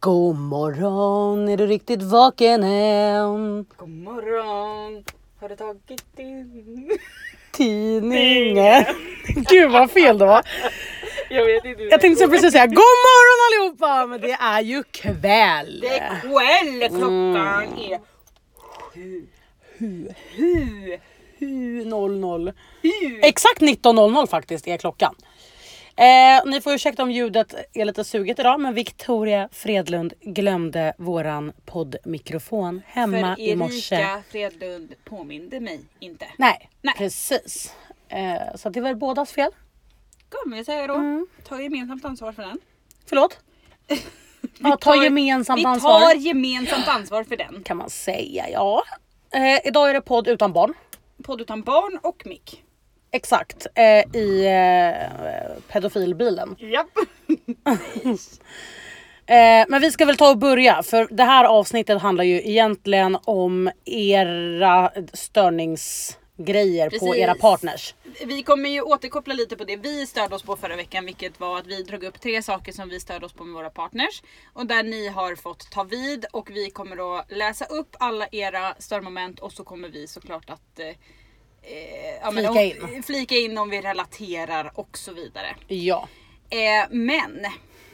God morgon, är du riktigt vaken än? God morgon! Har du tagit din... Tidningen. Gud vad fel det var. Jag vet inte. Jag tänkte så precis säga god morgon allihopa, men det är ju kväll. Det är kväll! Klockan Mm. är... Hu. Hu. 7.00. Hu. Exakt 19.00 faktiskt är klockan. Eh, ni får ursäkta om ljudet är lite suget idag, men Victoria Fredlund glömde våran poddmikrofon hemma För i morse. Erika Fredlund påminde mig inte. Nej, Nej. precis. Eh, så det är väl bådas fel. Kommer jag säga då. Mm. Ta gemensamt ansvar för den. Förlåt? Ja, ta gemensamt vi ansvar. tar gemensamt ansvar för den. Kan man säga, ja. Eh, idag är det podd utan barn. Podd utan barn och mick. Exakt, eh, i eh, pedofilbilen. Japp. Eh, men vi ska väl ta och börja för det här avsnittet handlar ju egentligen om era störningsgrejer på Precis. era partners. Vi kommer ju återkoppla lite på det vi störde oss på förra veckan, vilket var att vi drog upp tre saker som vi störde oss på med våra partners och där ni har fått ta vid och vi kommer då läsa upp alla era störmoment och så kommer vi såklart att eh, eh, ja, men Flika om, in. flika in om vi relaterar och så vidare. Ja, Eh, men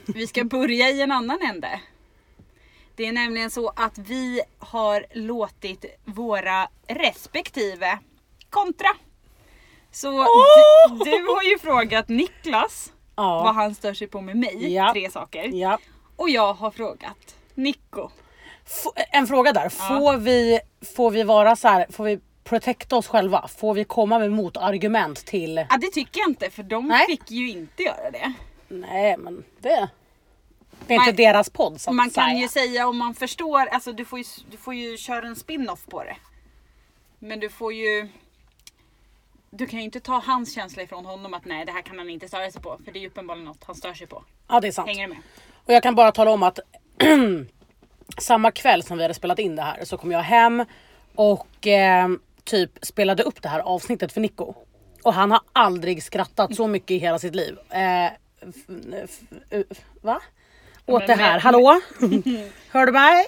vi ska börja i en annan ände. Det är nämligen så att vi har låtit våra respektive kontra. Så du, du har ju frågat Niklas Ja. vad han stör sig på med mig, Ja. tre saker. ja. Och jag har frågat Nico. F- en fråga där, får, vi, får vi vara så här, får vi protekta oss själva? Får vi komma med motargument till? Ja, det tycker jag inte för de Nej. fick ju inte göra det. Nej men det, det är Man- inte deras podd så att Man kan säga. ju säga om man förstår, alltså du får ju, du får ju köra en spin-off på det. Men du får ju... Du kan ju inte ta hans känsla ifrån honom att nej det här kan han inte störa sig på. För det är ju uppenbarligen något han stör sig på. Ja det är sant. Hänger du med? Och jag kan bara tala om att samma kväll som vi hade spelat in det här så kom jag hem och eh, typ spelade upp det här avsnittet för Nico. Och han har aldrig skrattat så mycket i hela sitt liv. Eh, f- f- f- va? Åt det men- här, hallå? Hör du mig?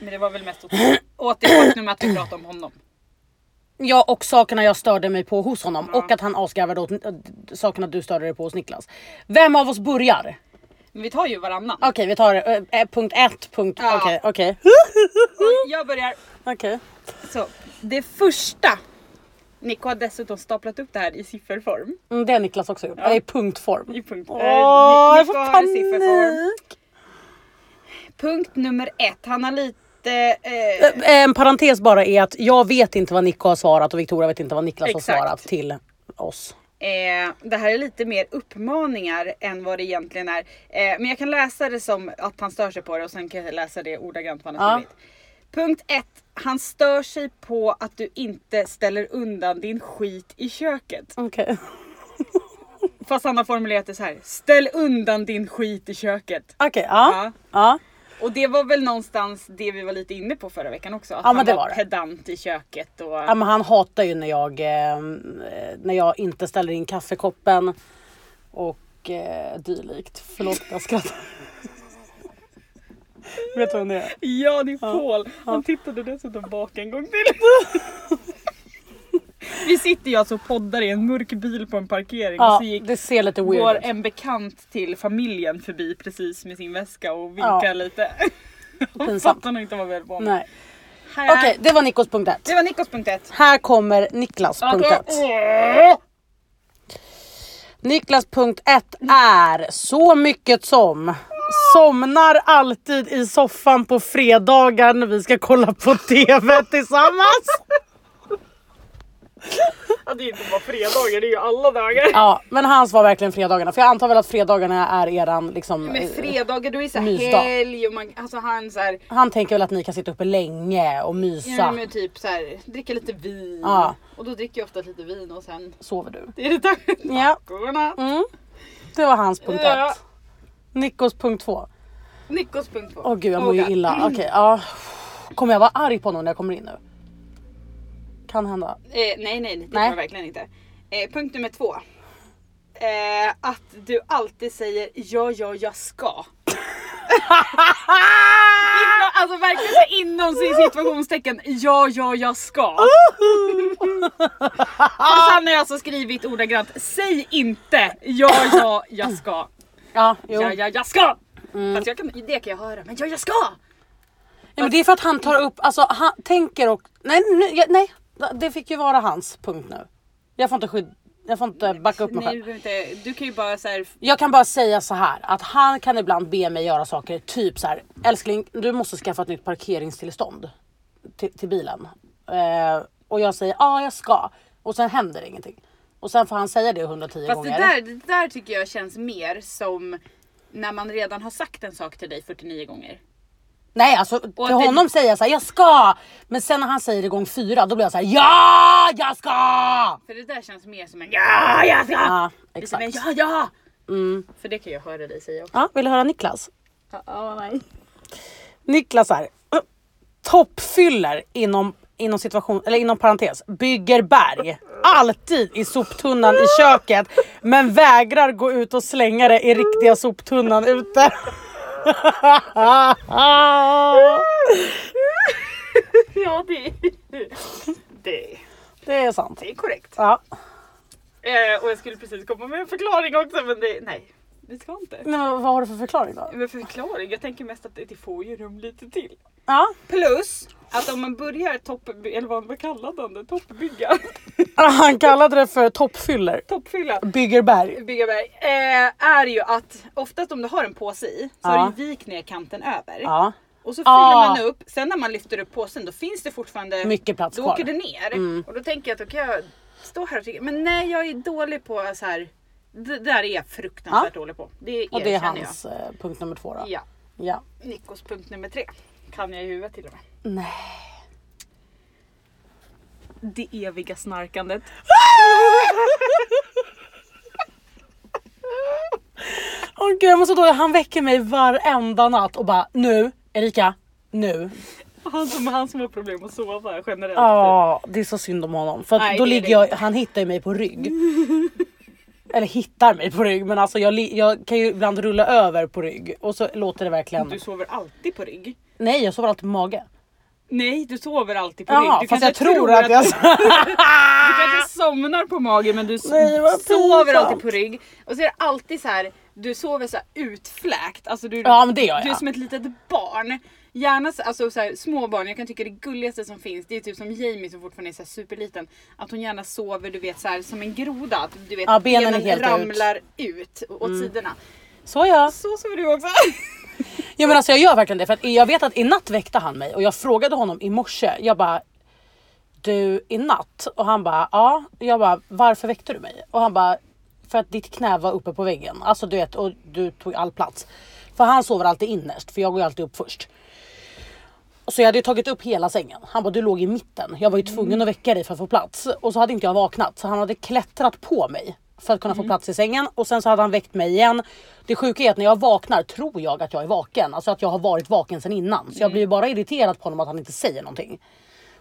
Men det var väl mest åt, åt det faktum att vi pratade om honom. Ja och sakerna jag störde mig på hos honom Ja. och att han asgarvade åt åt sakerna du störde dig på hos Niklas. Vem av oss börjar? Men vi tar ju varannan. Okej vi tar eh, eh, punkt ett, punkt... Ja. Okej, okej. Och Jag börjar. Okej. Så, det första. Nico har dessutom staplat upp det här i sifferform. Mm, det har Niklas också gjort. Eller i punktform. I punkt. Åh, eh, Ni- jag Nico får har i sifferform. panik! Punkt nummer ett. Han har lite... Eh, Eh, En parentes bara är att jag vet inte vad Nico har svarat och Victoria vet inte vad Niklas har Exakt. svarat till oss. Eh, det här är lite mer uppmaningar än vad det egentligen är. Eh, men jag kan läsa det som att han stör sig på det och sen kan jag läsa det ordagrant vad han har Ja. skrivit. Punkt 1. Han stör sig på att du inte ställer undan din skit i köket. Okej. Fast han har formulerat det så här. Ställ undan din skit i köket. Okej, ja. Ja. Ja. Och det var väl någonstans det vi var lite inne på förra veckan också. Att Ja, men han det var, var det. pedant i köket. Och... ja. men han hatar ju när jag, eh, när jag inte ställer in kaffekoppen och eh, dylikt. Förlåt jag skrattar. vet du vem det är? Ja, det är Paul. Han tittade dessutom bak en gång till. Vi sitter ju alltså och poddar i en mörk bil på en parkering och Ja, så gick, det ser lite går weird ut. en bekant till familjen förbi precis med sin väska och vinkar Ja. lite. Hon Pinsamt. fattar nog inte vad vi höll på med. Nej. Okej, det var Nikos punkt ett. Det var Nikos punkt ett. Här kommer Niklas punkt ett. Okej. Niklas punkt ett är så mycket som somnar alltid i soffan på fredagar när vi ska kolla på TV tillsammans. Ja, det är inte bara fredagar, det är ju alla dagar. Ja, men hans var verkligen fredagarna för jag antar väl att fredagarna är eran liksom. Men eh, fredagar då är det så här Mysdag. helg och man, alltså han så här, eh, Han tänker väl att ni kan sitta uppe länge och ja, mysa. men typ så här, dricka lite vin. Ja. Och då dricker jag ofta lite vin och sen Sover du? Det är det där. Ja, Godnatt. mm. det var hans punkt Ja. ett. Nikos punkt två. Nikos punkt två. Åh gud jag mår ju Okej. illa. Okej, ja. Kommer jag vara arg på någon när jag kommer in nu? Kan hända. Eh, nej, nej, nej, det tror Nej. jag verkligen inte. Eh, punkt nummer två. Eh, att du alltid säger ja, ja, jag ska. Inom, alltså verkligen så inom sin situationstecken, ja, ja, jag ska. Fast han har alltså skrivit ordagrant, säg inte ja, ja, jag ska. Ja, jo. Mm. Ja, ja, jag ska! Fast jag kan, det kan jag höra, men ja, jag ska! Nej, men det är för att han tar upp, alltså han tänker och... Nej, nu, jag- nej, det fick ju vara hans punkt nu. Jag får inte skydd, jag får inte backa upp mig Nej, själv. du, behöver inte, du kan ju bara så här, Jag kan bara säga så här att han kan ibland be mig göra saker, typ så här älskling, du måste skaffa ett nytt parkeringstillstånd till, till bilen. Eh, och jag säger ja, jag ska och sen händer ingenting. Och sen får han säga det 110 Fast det gånger. där, det där tycker jag känns mer som när man redan har sagt en sak till dig 49 gånger. Nej, alltså att till det- honom säger jag så här, jag ska! Men sen när han säger det gång fyra, då blir jag så här, ja, jag ska! För det där känns mer som en ja, jag ska! Ja, Lite som en exakt. Mm. ja, ja! För det kan jag höra dig säga också. Ja, vill du höra Niklas? nej. Niklas här. Toppfyller inom, inom situation, eller inom parentes, bygger berg. Alltid i soptunnan i köket men vägrar gå ut och slänga det i riktiga soptunnan ute. Ja, det, det, Det är sant. det är korrekt. Ja. Eh, och jag skulle precis komma med en förklaring också men det, nej. Det ska inte. Men vad har du för förklaring då? Men förklaring, jag tänker mest att det det får ju rum lite till. Ja. Plus att om man börjar topp, eller vad man kallade han det, toppbygga, Han kallade det för toppfyller. toppfylla. Bygger berg. Byggaberg, eh, är ju att oftast om du har en påse i så Ja. har du vikt ner kanten över. Ja. Och så fyller Ah. man upp, sen när man lyfter upp påsen då finns det fortfarande Mycket plats Då kvar. Mm. åker det ner. Och då tänker jag att då kan jag stå här och tycka, men nej jag är dålig på så här. Det där är jag fruktansvärt dålig på. Det erkänner Och det är jag. hans eh, punkt nummer två då. Ja. Ja. Nikos punkt nummer tre. Kan jag i huvudet till och med. Nej. Det eviga snarkandet. Åh gud jag mår så dåligt. Han väcker mig varenda natt och bara nu Erika, nu. Han som, han som har problem att sova generellt. Ja det är så synd om honom för att Nej, då det är ligger det jag, han hittar ju mig på rygg. Eller hittar mig på rygg men alltså jag, li- jag kan ju ibland rulla över på rygg och så låter det verkligen. Du sover alltid på rygg. Nej jag sover alltid på mage. Nej, du sover alltid på Jaha rygg. Du fast kanske jag tror att jag... Du kanske somnar på magen men du s- Ah. Nej, vad sover pinsamt. alltid på rygg. Och så är det alltid så här, du sover så här utfläkt. Alltså du, Ja, men det gör du är jag. som ett litet barn. Gärna så, alltså så här, små barn, jag kan tycka det gulligaste som finns det är typ som Jamie som fortfarande är så här superliten. Att hon gärna sover du vet så här, som en groda. Att, du vet, Ja, benen är helt ut. Mm. ramlar ut, åt sidorna. Så ja. Så sover du också. Ja men alltså jag gör verkligen det för att jag vet att i natt väckte han mig och jag frågade honom i morse. Jag bara du i natt och han bara ja. Jag bara varför väckte du mig? Och han bara för att ditt knä var uppe på väggen. Alltså du vet och du tog all plats. För han sover alltid innerst för jag går ju alltid upp först. Så jag hade ju tagit upp hela sängen. Han bara du låg i mitten. Jag var ju tvungen att väcka dig för att få plats. Och så hade inte jag vaknat så han hade klättrat på mig för att kunna få plats i sängen och sen så hade han väckt mig igen. Det sjuka är att när jag vaknar tror jag att jag är vaken, alltså att jag har varit vaken sedan innan. Så jag blir ju bara irriterad på honom att han inte säger någonting.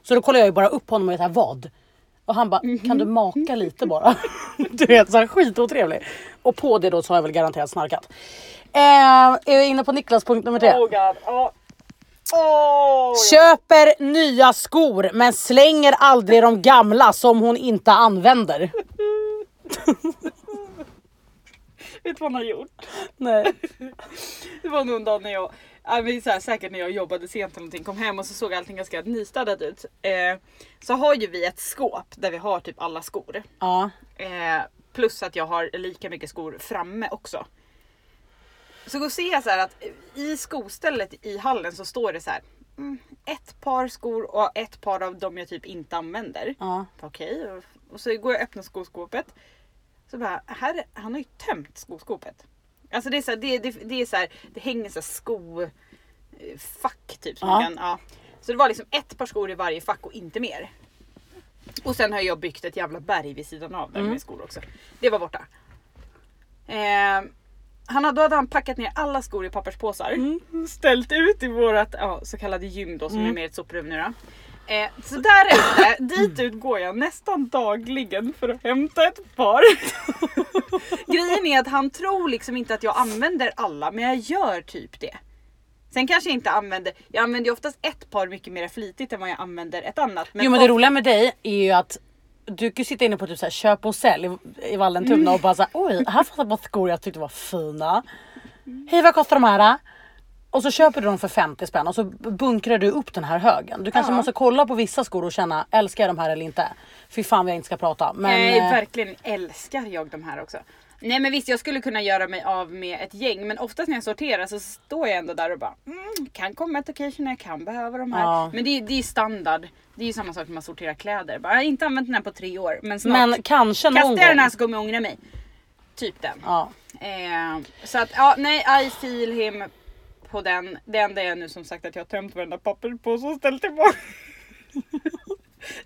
Så då kollar jag ju bara upp på honom och är såhär vad? Och han bara kan du maka lite bara? du vet såhär skitotrevlig. Och på det då så har jag väl garanterat snarkat. Eh, är vi inne på Niklas punkt nummer tre? Oh, god. Ja. Åh. Köper nya skor men slänger aldrig de gamla som hon inte använder. Vet du vad han har gjort? Nej. Det var nog en dag när jag, ja, men så här, säkert när jag jobbade sent eller någonting, kom hem och så såg allting ganska nystädat ut. Eh, så har ju vi ett skåp där vi har typ alla skor. Ja. Eh, plus att jag har lika mycket skor framme också. Så då ser jag så här att i skostället i hallen så står det så här. Mm, ett par skor och ett par av dem jag typ inte använder. Ja. Okej, och- och så går jag och öppnar skoskåpet. Så bara, här, han har ju tömt skoskåpet. Alltså det är så här, det, det, det är så här, det hänger så här sko eh, fack typ. Som Ja. man kan, ja. Så det var liksom ett par skor i varje fack och inte mer. Och sen har jag byggt ett jävla berg vid sidan av där med skor också. Det var borta. Eh, han hade, då hade han packat ner alla skor i papperspåsar. Mm. Ställt ut i vårat ja, så kallade gym då som är mer ett soprum nu då. Eh, så därefter, dit ut går jag nästan dagligen för att hämta ett par. Grejen är att han tror liksom inte att jag använder alla men jag gör typ det. Sen kanske jag inte använder, jag använder ju oftast ett par mycket mer flitigt än vad jag använder ett annat. jo men det of- roliga med dig är ju att du kan ju sitta inne på typ så här, köp och sälj i, i Vallentuna och bara såhär oj här fanns ett par skor jag tyckte var fina. Hej vad kostar de här? eh?" Och så köper du dem för 50 spänn och så bunkrar du upp den här högen. Du kanske måste kolla på vissa skor och känna älskar jag de här eller inte. Fy fan vad jag inte ska prata. Men, Nej, eh, verkligen älskar jag de här också. Nej men visst jag skulle kunna göra mig av med ett gäng men oftast när jag sorterar så står jag ändå där och bara mm, kan komma ett occasion när jag kan behöva de här. Ja. Men det, är- det är standard. Det är ju samma sak när man sorterar kläder. Bara, jag har inte använt den här på tre år men snart men kanske någon kastar jag den gång. här så kommer jag ångra mig. Typ den. Ja. Eh, så att ja, nej I feel him på den. Det enda är nu som sagt att jag har tömt varenda papperspåse och ställt tillbaka.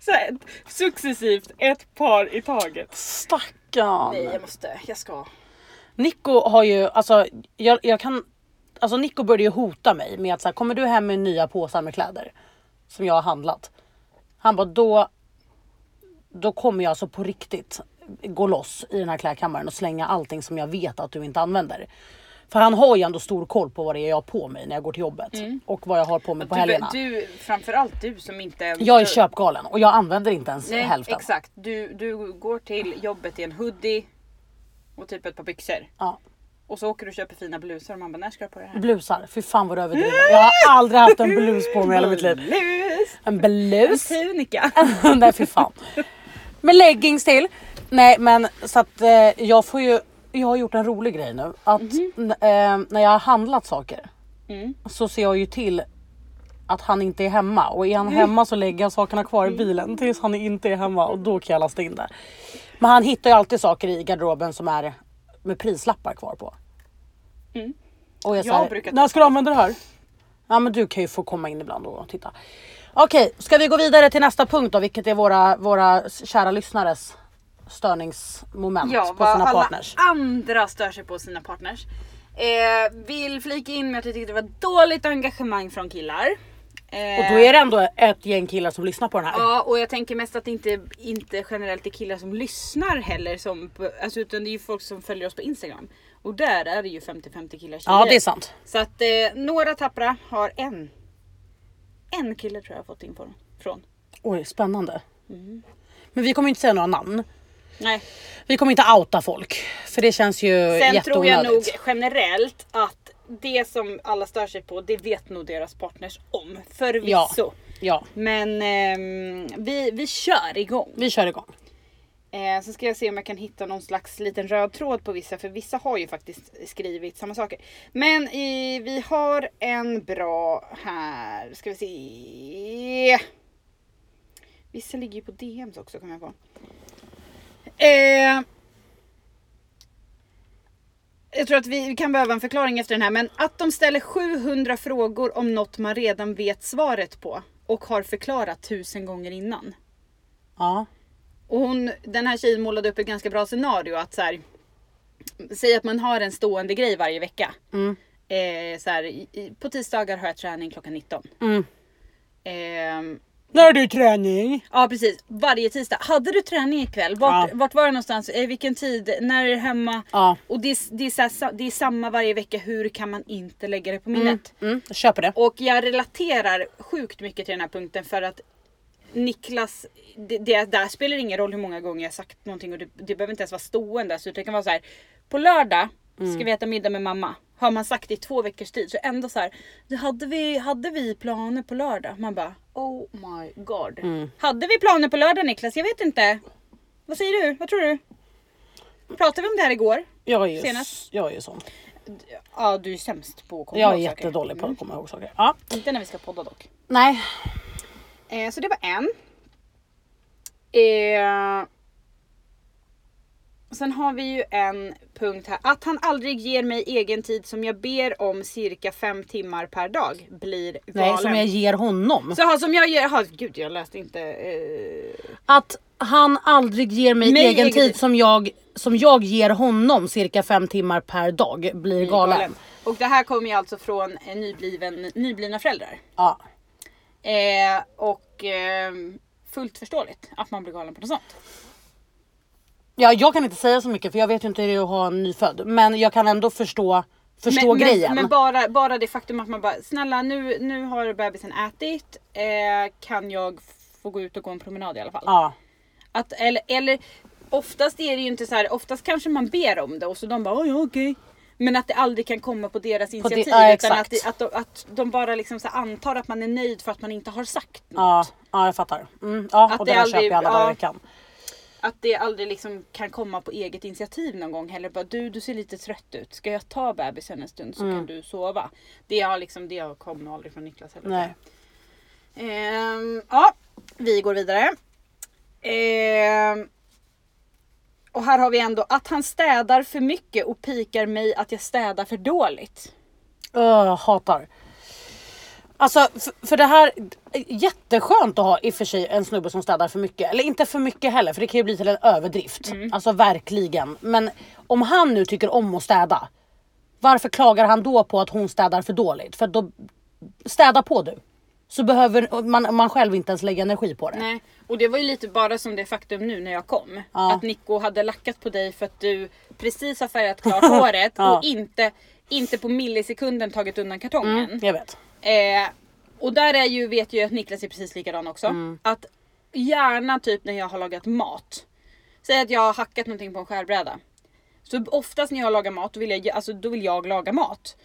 så här, ett- successivt ett par i taget. Stackarn. Nej jag måste, jag ska. Nico har ju, alltså jag, jag kan, alltså Nico började ju hota mig med att så här, kommer du hem med nya påsar med kläder som jag har handlat? Han bara då, då kommer jag alltså på riktigt gå loss i den här klädkammaren och slänga allting som jag vet att du inte använder. För han har ju ändå stor koll på vad det är jag har på mig när jag går till jobbet och vad jag har på mig på Mm. Typ, Du, helgerna. du, framförallt du som inte ens... Jag är köpgalen och jag använder inte ens Nej hälften. exakt, du, du går till jobbet i en hoodie och typ ett par byxor. Ja. Och så åker du och köper fina blusar och man bara när ska jag på det här? Blusar, fy fan vad du överdriver. Jag har aldrig haft en blus på mig i hela mitt liv. Blus! En blus? Tunika! Nej fy fan. Med leggings till. Nej men så att eh, jag får ju, jag har gjort en rolig grej nu. Att n- eh, när jag har handlat saker Mhm. Mm. så ser jag ju till att han inte är hemma och är han hemma så lägger jag sakerna kvar Mm. i bilen tills han inte är hemma och då kan jag lasta in det. Men han hittar ju alltid saker i garderoben som är med prislappar kvar på. Mm. Och jag, Jag jag brukar brukar när ska du använda det här? Ja men du kan ju få komma in ibland och titta. Okej, ska vi gå vidare till nästa punkt då, vilket är våra, våra kära lyssnares störningsmoment Ja, på vad sina alla partners. andra stör sig på sina partners. Eh, vill flika in med att jag tyckte det var dåligt engagemang från killar. Eh, Och då är det ändå ett gäng killar som lyssnar på den här. Ja, och jag tänker mest att det inte, inte generellt är killar som lyssnar heller. Som, alltså, utan det är ju folk som följer oss på Instagram. Och där är det ju 50-50 killar Ja det är sant. Så att eh, några tappra har en. En kille tror jag har fått in på från. Oj spännande. Mm. Men vi kommer ju inte säga några namn. Nej. Vi kommer inte outa folk. För det känns ju Sen tror jag nog Eh, jätteonödigt. generellt att det som alla stör sig på, det vet nog deras partners om. Ja, Förvisso. ja, Men ehm, vi, vi kör igång. vi kör igång. Eh, så ska jag se om jag kan hitta någon slags liten röd tråd på vissa, för vissa har ju faktiskt skrivit samma saker. Men i, vi har en bra här, ska vi se. Vissa ligger ju på DMs också kommer jag på. Eh, jag tror att vi kan behöva en förklaring efter den här, men att de ställer 700 frågor om något man redan vet svaret på och har förklarat tusen gånger innan. Ja. Och hon, den här tjejen målade upp ett ganska bra scenario att så här, säg att man har en stående grej varje vecka. Mm. Eh, så här, i- i- på tisdagar har jag träning klockan 19. Mm. Ehm, När du träning? ja precis, varje tisdag. Hade du träning ikväll? Vart, Ja. vart var du någonstans? Eh, vilken tid? När är du hemma? Ja. Och det, är s- det, är så här, sa- det är samma varje vecka, hur kan man inte lägga det på minnet? Mm, jag köper det. Och jag relaterar sjukt mycket till den här punkten för att Niklas, det, det där spelar ingen roll hur många gånger jag sagt någonting och det, det behöver inte ens vara stående. Så det kan vara så här. på lördag ska vi äta middag med mamma. Har man sagt det i två veckors tid så ändå så här, "Du, hade vi, hade vi planer på lördag? Man bara, oh my god. Hade vi planer på lördag Niklas? Jag vet inte. Vad säger du? Vad tror du? Pratade vi om det här igår? Jag är ju, Senast. jag är ju sån. Ja, du är sämst på att komma Jag är ihåg saker. jättedålig på att komma ihåg saker. Ja. Inte när vi ska podda dock. Nej. Eh, så det var en. Eh, sen har vi ju en punkt här. Att han aldrig ger mig egen tid som jag ber om cirka fem timmar per dag blir galen. Nej, som jag ger honom. Jaha, som jag ger... Jaha, gud jag läste inte. Eh, Att han aldrig ger mig, Mig egen egen tid tid. som jag, som jag ger honom cirka fem timmar per dag blir galen. Och det här kommer ju alltså från eh, nybliven, nyblivna föräldrar. Ja. Eh, och eh, fullt förståeligt att man blir galen på något sånt. ja, jag kan inte säga så mycket för jag vet ju inte hur det är att ha en nyfödd. Men jag kan ändå förstå förstå men, grejen. Men, men bara, bara det faktum att man bara, snälla nu, nu har bebisen ätit, eh, kan jag få gå ut och gå en promenad i alla fall? ja. Att, eller, eller oftast är det ju inte så här, oftast kanske man ber om det och så de bara, "Oj, ja okej. Men att det aldrig kan komma på deras det- initiativ. ja, utan att, exakt. det- att, de, att de bara liksom så här antar att man är nöjd för att man inte har sagt något. Ja, ja, jag fattar. Mm, ja, Att och det det där aldrig- köper jag alla dagar ja. i veckan. Att det aldrig liksom kan komma på eget initiativ någon gång heller. Bara, du, du ser lite trött ut. Ska jag ta bebisen en stund så Mm. kan du sova? Det, har liksom, det har- kom nog aldrig från Niklas heller. Nej. Ehm, ja, vi går vidare. Ehm, och här har vi ändå att han städar för mycket och pikar mig att jag städar för dåligt. Öh, hatar. Alltså för, för det här, jätteskönt att ha i och för sig en snubbe som städar för mycket. Eller inte för mycket heller för det kan ju bli till en överdrift. Mm. Alltså verkligen. Men om han nu tycker om att städa. Varför klagar han då på att hon städar för dåligt? För då, städa på du. Så behöver man, man själv inte ens lägga energi på det. Nej, och det var ju lite bara som det faktum nu när jag kom. Ja. Att Nico hade lackat på dig för att du precis har färgat klart håret Ja. och inte, inte på millisekunden tagit undan kartongen. Jag vet. Eh, och där är ju, vet jag ju att Niklas är precis likadan också. Att gärna typ när jag har lagat mat. Säg att jag har hackat någonting på en skärbräda. Så oftast när jag lagar mat, då vill jag, alltså, då vill jag laga mat.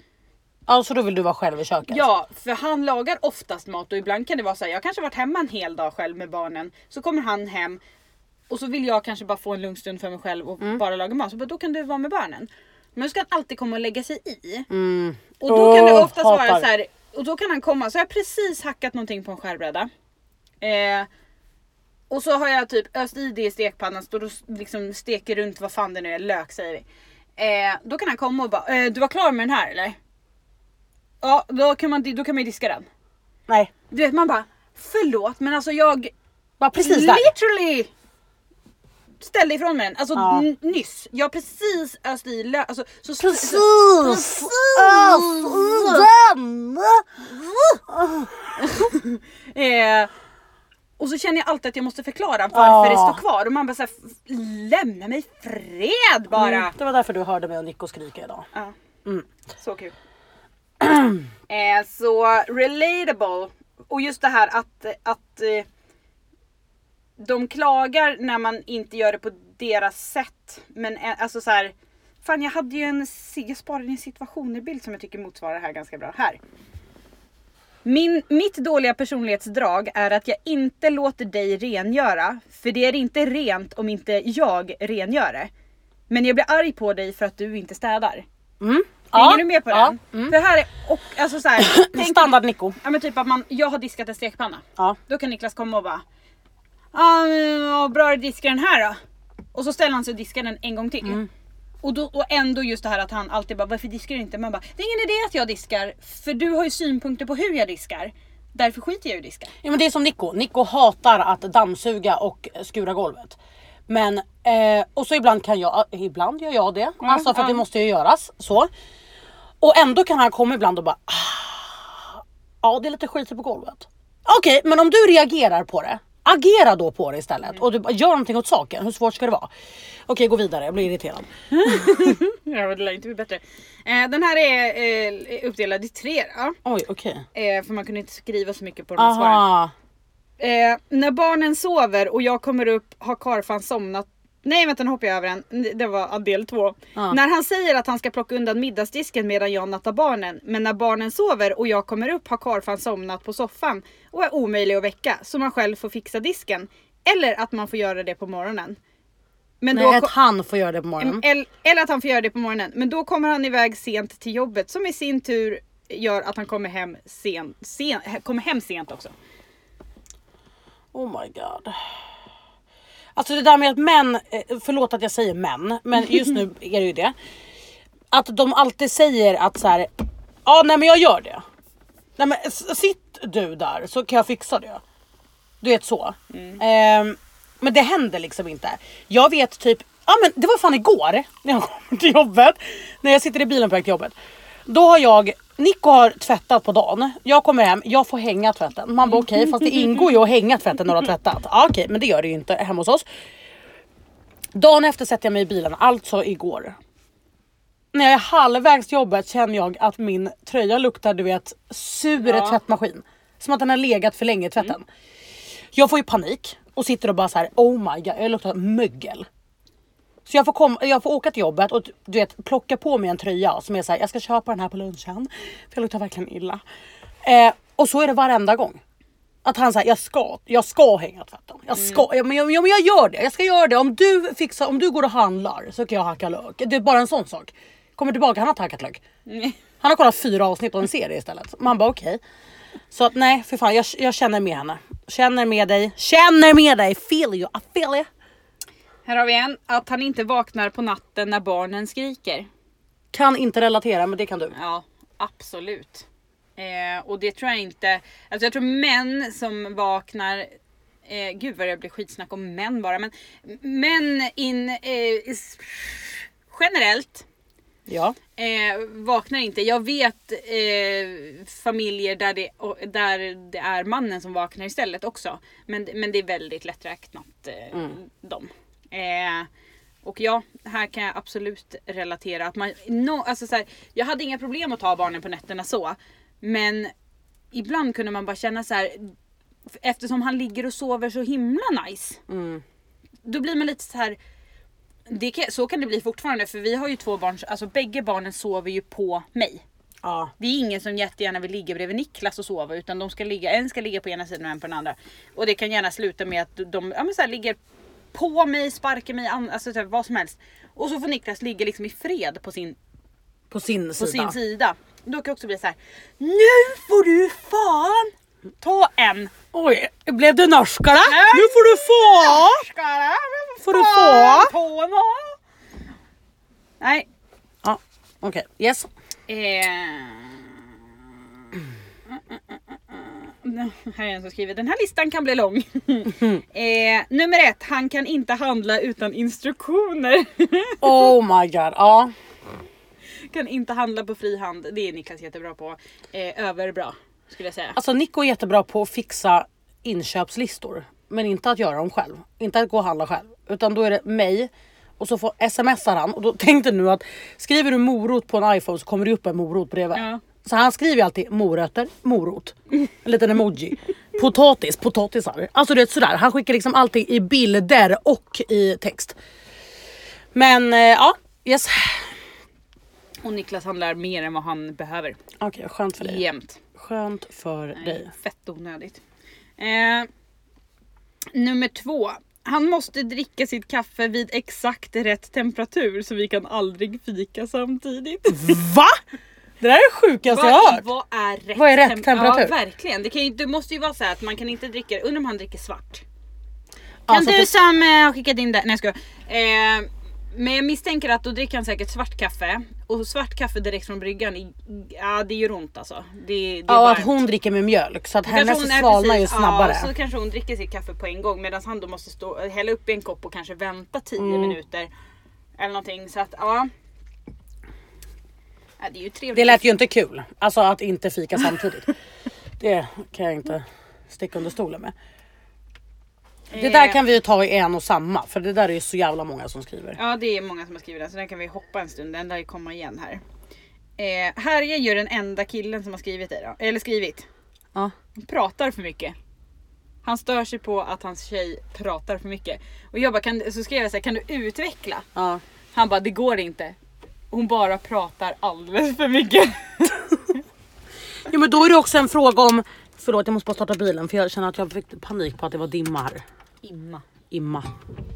Alltså då vill du vara själv i köket. Ja, för han lagar oftast mat och ibland kan det vara så här, jag kanske har varit hemma en hel dag själv med barnen. Så kommer han hem och så vill jag kanske bara få en lugn stund för mig själv och Mm. bara laga mat. Så bara, då kan du vara med barnen. Men då ska han alltid komma och lägga sig i. Mm. Och då kan det Åh, oftast hatar. vara så här. Och då kan han komma. Så jag har precis hackat någonting på en skärbräda. Eh, och så har jag typ öst i det i stekpannan. Står och s- liksom steker runt vad fan det nu är. Lök säger vi. Eh, då kan han komma och bara. Eh, du var klar med den här eller? Ja, då kan man, då kan man ju diska den. Nej. Du vet man bara. Förlåt men alltså jag Bara precis där. literally ställde ifrån mig den. Alltså Ja. n- nyss. Jag har precis öst i lök. Alltså, så, Precis! Den! Eh, och så känner jag alltid att jag måste förklara varför Ah. det står kvar. Och man bara såhär, lämna mig fred bara! Mm, det var därför du hörde mig och Nico skrika idag. Ja. Så kul. eh, så relatable. Och just det här att, att eh, de klagar när man inte gör det på deras sätt. Men eh, alltså så här. Fan jag hade ju en, si- jag sparade en situationerbild som jag tycker motsvarar det här ganska bra. Här. Min, mitt dåliga personlighetsdrag är att jag inte låter dig rengöra. För det är inte rent om inte jag rengör det. Men jag blir arg på dig för att du inte städar. Mm. Hänger du med på ja. Mm. den? För här är, och, alltså så här, tänk, Standard Nico. ja, men typ att man, jag har diskat en stekpanna. Ja. Då kan Niklas komma och bara, "Ja, men vad bra du diskar den här då. Och så ställer han sig och diskar den en gång till. Mm. Och, då, och ändå just det här att han alltid bara, varför diskar du inte? Man bara, det är ingen idé att jag diskar, för du har ju synpunkter på hur jag diskar. Därför skiter jag i att diska. ja men det är som Nico. Nico hatar att dammsuga och skura golvet. Men, eh, och så ibland kan jag, eh, ibland gör jag det. alltså för att det ja. måste ju göras. Så. Och ändå kan han komma ibland och bara ah, Ja det är lite skit på golvet. Okej men om du reagerar på det, agera då på det istället. Mm. Och du bara, gör någonting åt saken, hur svårt ska det vara? Okej gå vidare, jag blir irriterad. Ja, det lär inte bli bättre. Eh, den här är eh, uppdelad i tre då. Oj okej. Eh, för man kunde inte skriva så mycket på de här svaren. Aha. Eh, när barnen sover och jag kommer upp har Karfan somnat. Nej vänta nu hoppar jag över en. Det var del två. Ja. När han säger att han ska plocka undan middagsdisken medan jag nattar barnen. Men när barnen sover och jag kommer upp har Karfan somnat på soffan och är omöjlig att väcka. Så man själv får fixa disken. Eller att man får göra det på morgonen. Men Nej, då att han får göra det på morgonen. eller, eller att han får göra det på morgonen. Men då kommer han iväg sent till jobbet som i sin tur gör att han kommer hem, sen, sen, kommer hem sent också. Oh my god. Alltså det där med att män, eh, förlåt att jag säger män, men just nu är det ju det. Att de alltid säger att så här, ja nej men jag gör det. Nej men s- sitt du där så kan jag fixa det. Du vet så. Ehm, men det händer liksom inte. Jag vet typ, ja men det var fan igår när jag kom till jobbet. När jag sitter i bilen på väg till jobbet. Då har jag, Nico har tvättat på dagen. Jag kommer hem, jag får hänga tvätten. Man bara okej fast det ingår ju att hänga tvätten när du har tvättat. Ja, okej men det gör det ju inte hemma hos oss. Dagen efter sätter jag mig i bilen, alltså igår. när jag är halvvägs till jobbet känner jag att min tröja luktar du vet sur Ja. tvättmaskin. Som att den har legat för länge i tvätten. Jag får ju panik och sitter och bara så här oh my god jag luktar mögel. Så jag får, kom, jag får åka till jobbet och du vet plocka på mig en tröja som är så här jag ska köpa den här på lunchen för jag luktar verkligen illa. Eh, och så är det varenda gång. Att han säger jag ska, jag ska hänga tvätten. Jag ska, ja, men jag, ja, men jag gör det. Jag ska göra det. Om du fixar, om du går och handlar så kan jag hacka lök. Det är bara en sån sak. Kommer tillbaka, han har inte hackat lök. Han har kollat fyra avsnitt och en serie istället. Man bara okej. Så att nej, för fan jag, jag känner med henne. Känner med dig, känner med dig. Feel you, I feel you. Här har vi en. Att han inte vaknar på natten när barnen skriker. Kan inte relatera men det kan du. Ja, absolut. Eh, och det tror jag inte. Alltså jag tror män som vaknar Eh, gud vad det blir skitsnack om män bara. Men män in, eh, is- generellt Ja. eh, vaknar inte. Jag vet eh, familjer där det, och- där det är mannen som vaknar istället också. Men, men det är väldigt lätträknat eh, dem. Eh, och ja, här kan jag absolut relatera. Att man, no, alltså så här, jag hade inga problem att ta barnen på nätterna så. Men ibland kunde man bara känna så här. Eftersom han ligger och sover så himla nice Mm. då blir man lite så här. Det kan, så kan det bli fortfarande för vi har ju två barn, alltså bägge barnen sover ju på mig. Ja. Det är ingen som jättegärna vill ligga bredvid Niklas och sova utan de ska ligga, en ska ligga på ena sidan och en på den andra. Och det kan gärna sluta med att de ja, men så här, ligger på mig, sparkar mig, an- alltså så här, vad som helst. Och så får Niklas ligga liksom i fred på sin, På sin på sida. sin sida. Då kan det också bli så här. Nu får du fan ta en! Oj, blev du norska då? Nej. Nu får du få! Ska jag? Får du Fan, få? ta nå. Nej, Ja, okej. Yes. Eh, Här är en som skriver, den här listan kan bli lång. eh, nummer ett, han kan inte handla utan instruktioner. Oh my god. Ja. kan inte handla på fri hand, det är Niklas jättebra på. Eh, överbra, skulle jag säga. Alltså Nico är jättebra på att fixa inköpslistor. Men inte att göra dem själv. Inte att gå och handla själv. Utan då är det mig. Och så får smsar han. Och då tänkte nu att skriver du morot på en iPhone så kommer det upp en morot bredvid. Ja. Så han skriver ju alltid morötter, morot. En liten emoji. Potatis, potatisar. Alltså det är sådär. Han skickar liksom allting i bilder och i text. Men eh, ja, yes. Alltså, Och Niklas handlar mer än vad han behöver. Okej, skönt för dig. Jämt. Skönt för dig. Fett onödigt. Eh, nummer två. Han måste dricka sitt kaffe vid exakt rätt temperatur så vi kan aldrig fika samtidigt. Va? Det där är det sjukaste jag har vad, hört. vad är rätt, Vad är rätt tem- temperatur? Ja verkligen. Det, kan ju, det måste ju vara så här att man kan inte dricka, undrar om han dricker svart. Ja, Kan så du att det- som eh, har skickat in det, nej jag skojar. eh, Men jag misstänker att då dricker han säkert svart kaffe och svart kaffe direkt från bryggan, i- ja det gör ont alltså. Det, det är Ja, och att varmt. hon dricker med mjölk så att Kanske hennes hon är svalnar ju precis- snabbare. Ja, så kanske hon dricker sitt kaffe på en gång medan han då måste stå, hälla upp i en kopp och kanske vänta 10 Mm. minuter. Eller någonting så att ja. ja det är ju trevligt. Det lät ju inte kul, alltså att inte fika samtidigt. det kan jag inte sticka under stolen med. Det Eh. där kan vi ju ta i en och samma för det där är ju så jävla många som skriver. Ja det är många som har skrivit den så den kan vi hoppa en stund, den lär ju komma igen här. Eh, Harry är ju den enda killen som har skrivit det då, eller skrivit. Ja. Han pratar för mycket. Han stör sig på att hans tjej pratar för mycket. Och jag bara, kan, du- så skrev jag så här, kan du utveckla? Ja. Han bara, det går inte. Hon bara pratar alldeles för mycket. Jo men då är det också en fråga om, förlåt jag måste bara starta bilen för jag känner att jag fick panik på att det var dimma här. Imma. Imma.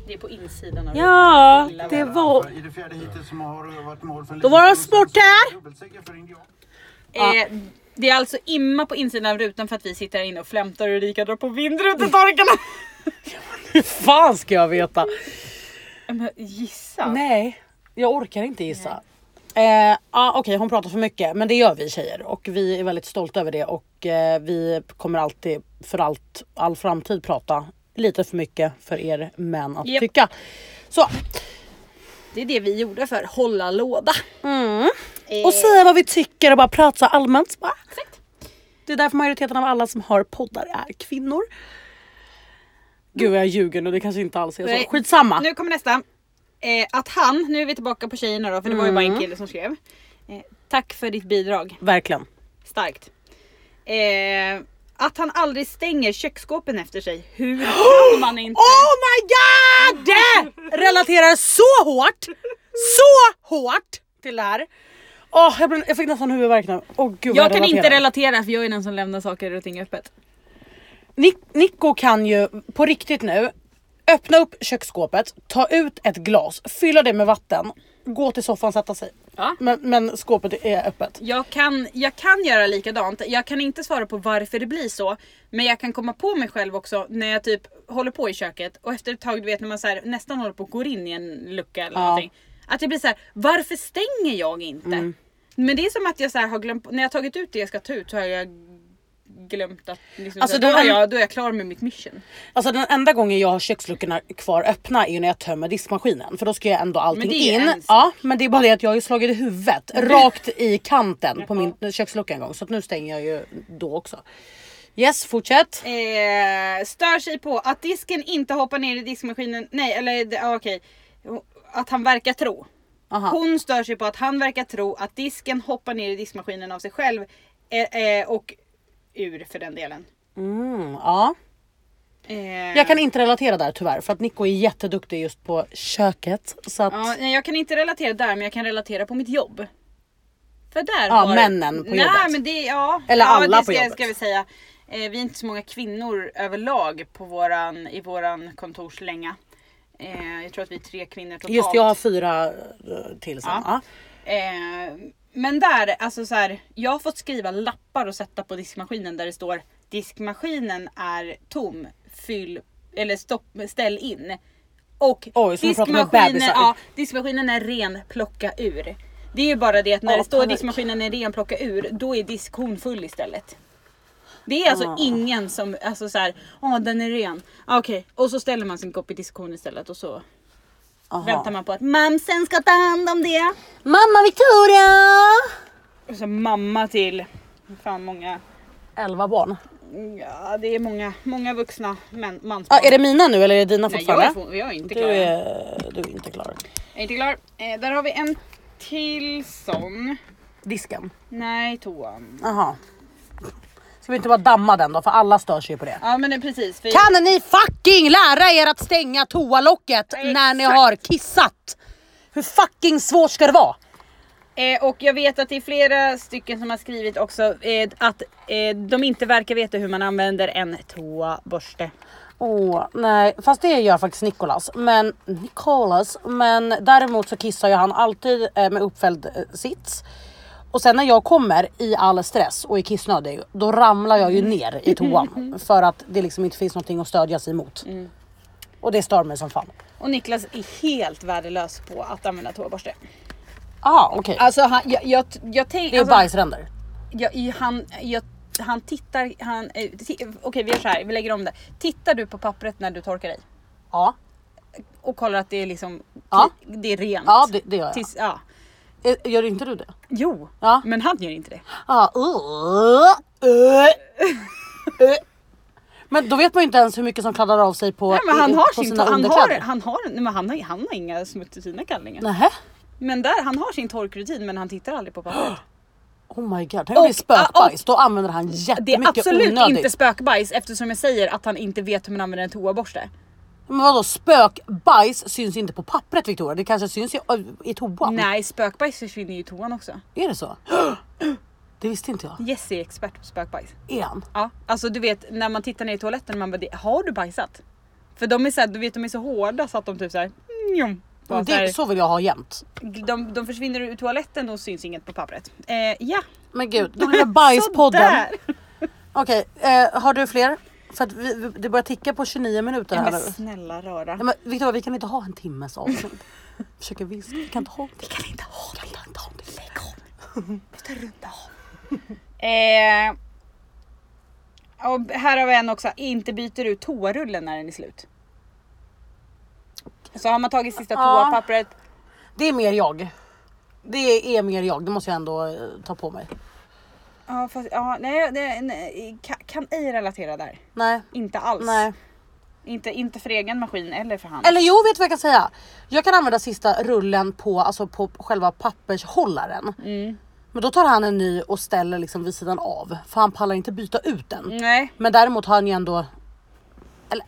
Det är på insidan av Ja, Illa det vara. var... I det fjärde hitet som har varit mål för Då var det sport här! Dubbelseger för Indian. Eh, det är alltså imma på insidan av rutan för att vi sitter här inne och flämtar och Ulrika drar på vindrutetorkarna. Hur fan ska jag veta? Men Gissa. Nej, jag orkar inte gissa. Eh, ah, Okej, hon pratar för mycket, men det gör vi tjejer och vi är väldigt stolta över det och eh, vi kommer alltid för allt, all framtid prata lite för mycket för er män att Japp. tycka. Så, Det är det vi gjorde för hålla låda. Eh, och säga vad vi tycker och bara prata så allmänt. Bara. Exakt. Det är därför majoriteten av alla som har poddar är kvinnor. Gud vad jag ljuger nu, det kanske inte alls är så. Nej. Skitsamma. Nu kommer nästa. eh, att han, nu är vi tillbaka på tjejerna då för det var ju bara en kille som skrev. Eh, tack för ditt bidrag. Verkligen. Starkt. Eh, att han aldrig stänger köksskåpen efter sig. Hur kan man inte? Oh my god! Det relaterar så hårt, så hårt till det här. Åh, jag, blev, jag fick nästan huvudvärk nu. Åh gud, vad Jag kan inte relaterar. relatera för jag är den som lämnar saker och ting öppet. Nick- Nico kan ju på riktigt nu öppna upp köksskåpet, ta ut ett glas, fylla det med vatten, gå till soffan och sätta sig. Ja. Men, men skåpet är öppet. Jag kan, jag kan göra likadant. Jag kan inte svara på varför det blir så. Men jag kan komma på mig själv också när jag typ håller på i köket och efter ett tag du vet när man så här, nästan håller på att gå in i en lucka eller Ja. någonting. Att det blir så här, varför stänger jag inte? Mm. Men det är som att jag så här har glömt, när jag har tagit ut det jag ska ta ut så har jag glömt att liksom, Alltså, så den här, då, är här- jag, då är jag klar med mitt mission. Alltså den enda gången jag har köksluckorna kvar öppna är ju när jag tömmer diskmaskinen för då ska jag ändå allting Men det är ju in. en sak. Ja, men det är bara det att jag har ju slagit i huvudet rakt i kanten på min kökslucka en gång så att nu stänger jag ju då också. Yes, fortsätt. Eh, stör sig på att disken inte hoppar ner i diskmaskinen. Nej, eller det- ja, okej. Att han verkar tro. Aha. Hon stör sig på att han verkar tro att disken hoppar ner i diskmaskinen av sig själv. Eh, eh, och ur för den delen. Mm, ja. Eh, Jag kan inte relatera där tyvärr för att Nico är jätteduktig just på köket. Så att... ja, nej, jag kan inte relatera där men jag kan relatera på mitt jobb. För där Ja, har... männen på nej, jobbet. Men det, ja, Eller ja, alla det på ska, jobbet. Ska vi, säga. Eh, vi är inte så många kvinnor överlag på våran, i våran kontorslänga. Eh, jag tror att vi är tre kvinnor totalt. Just jag har fyra eh, till sen. Ja. Ja. Eh, men där, alltså så här, jag har fått skriva lappar och sätta på diskmaskinen där det står diskmaskinen är tom, fyll eller stopp, ställ in. Och Oj, som vi pratar med diskmaskinen, bebisar. ja, diskmaskinen är ren, plocka ur. Det är ju bara det att när Åh, det står panik. diskmaskinen är ren, plocka ur, då är diskhon full istället. Det är alltså Ah. ingen som, alltså så här, ja den är ren, Ah, okej, och så ställer man sin kopp i diskhon istället och så Aha. väntar man på att mamsen ska ta hand om det. Mamma Victoria! Och så mamma till, hur fan många, Elva barn. ja det är många, många vuxna män, mansbarn. Ja, är det mina nu eller är det dina Nej jag är, fortfarande? for- jag är inte Du klar. än. är, du är inte klar. Jag är inte klar. Eh, där har vi en till sån. Disken. Nej toan. Jaha. Ska vi inte bara damma den då? För alla stör sig ju på det. Ja men det är precis. För Kan ni fucking lära er att stänga toalocket när ni Exakt. har kissat? Hur fucking svårt ska det vara? eh, och jag vet att det är flera stycken som har skrivit också eh, att eh, de inte verkar veta hur man använder en toaborste. Åh, nej. Fast det gör faktiskt Nicolas. Men, Nicolas, men däremot så kissar ju han alltid eh, med uppfälld eh, sits. Och sen när jag kommer i all stress och är kissnödig, då ramlar jag ju ner i toan. för att det liksom inte finns någonting att stödja sig emot. Och det stör mig som fan. Och Niklas är helt värdelös på att använda toaborste. Ja, okej. Alltså han, jag, jag, jag alltså- tänker... Det är bajsränder. jag, i- han, jag, han tittar, han, eh, ti- okej vi gör så här, vi lägger om det. Tittar du på pappret när du torkar dig? Ja, Och kollar att det är liksom, Ja. det är rent? ja det, det gör jag. Tills, ja. Eh, Gör inte du det? Jo, Ja. men han gör inte det. Ja. uh, uh, uh. Men då vet man ju inte ens hur mycket som kladdar av sig på, Nej, men han i- har på sin, sina to- han har, underkläder. han har, nej, men han har, han har inga smuts i sina kallingar. Nähä? Men där, han har sin torkrutin men han tittar aldrig på pappret. Oh my god, tänk om det är Och- spökbajs. Då använder han Det är jättemycket absolut onödigt. inte spökbajs eftersom jag säger att han inte vet hur man använder en toaborste. Men vadå spökbajs syns inte på pappret Victoria? Det kanske syns i, i toan? Nej, spökbajs försvinner ju i toan också. Är det så? Det visste inte jag. Jesse är expert på spökbajs. Är han? Ja, alltså du vet när man tittar ner i toaletten man bara "Det- har du bajsat? För de är så här, du vet de är så hårda så att de typ såhär njom. Bara så här, Det, så vill jag ha jämt. de, de försvinner ur toaletten och syns inget på pappret. Eh, ja. Men gud, då blir det bajspodden. Sådär. Okej, eh, har du fler? För att vi, vi- det börjar ticka på 29 minuter här Men nu. snälla rara. Nej, men Victoria vi kan inte ha en timmes avsnitt. Försöker viska, vi kan inte ha det. Vi kan inte ha det. Vi kan inte ha det. Lägg om. Eh, och här har vi en också, inte byter ut toarullen när den är slut. Så har man tagit sista Ja. toapappret. Det är mer jag. Det är mer jag, det måste jag ändå eh, ta på mig. Ja, fast, ja, nej, nej, nej, kan, kan ej relatera där. Nej, Inte alls. nej. Inte, inte för egen maskin eller för hand. Eller jo, vet du vad jag kan säga? Jag kan använda sista rullen på, alltså på själva pappershållaren. Men då tar han en ny och ställer liksom vid sidan av. För han pallar inte byta ut den. Nej. Men däremot har han ju ändå... Eller,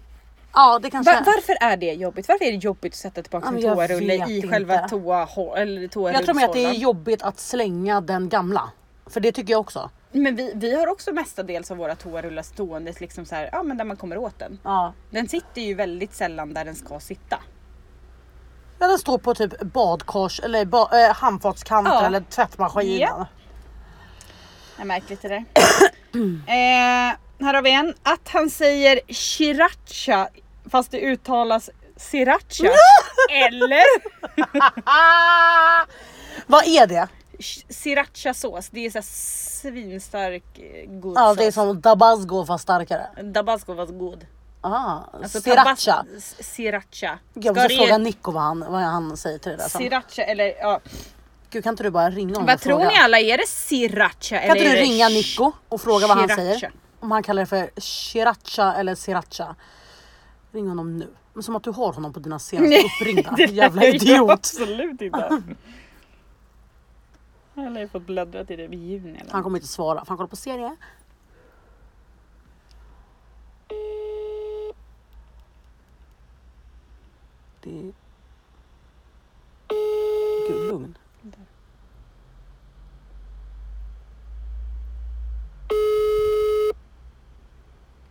ja, det kanske... Va- varför är det jobbigt? Varför är det jobbigt att sätta tillbaka Ja, en men jag toarulle vet i själva inte. toa, eller jag tror mer att det är toarullshållaren? jobbigt att slänga den gamla. För det tycker jag också. Men vi, vi har också mestadels av våra toarullar stående liksom så här, ja, men där man kommer åt den. Ja. Den sitter ju väldigt sällan där den ska sitta. Ja, den står på typ badkors eller ba, eh, handfatskanter Ja. eller tvättmaskinen. Ja. Det är märkligt det där. eh, här har vi en. Att han säger sriracha fast det uttalas sriracha. eller Ah! Vad är det? srirachasås. Det är så här svinstark eh, god Ja, det är sås. som tabasco fast starkare. Tabasco var god. Ah, Alltså sriracha. tabas- s- Sriracha. Jag Ska måste fråga alltså. det- Nico vad han, vad han säger till det där sen. Sriracha eller ja. Gud kan inte du bara ringa honom Vad och tror fråga? ni alla? Är det Kan sriracha eller inte är du det ringa sh- Nico och fråga vad han sriracha? säger? Om han kallar det för sriracha eller sriracha. Ring honom nu. Men som att du har honom på dina senaste uppringda. Jävla Nej, jag har idiot. Absolut inte. Han har ju fått bläddra till det i juni eller Han kommer inte svara för han kollar på serie. Det är... Gud, lugn.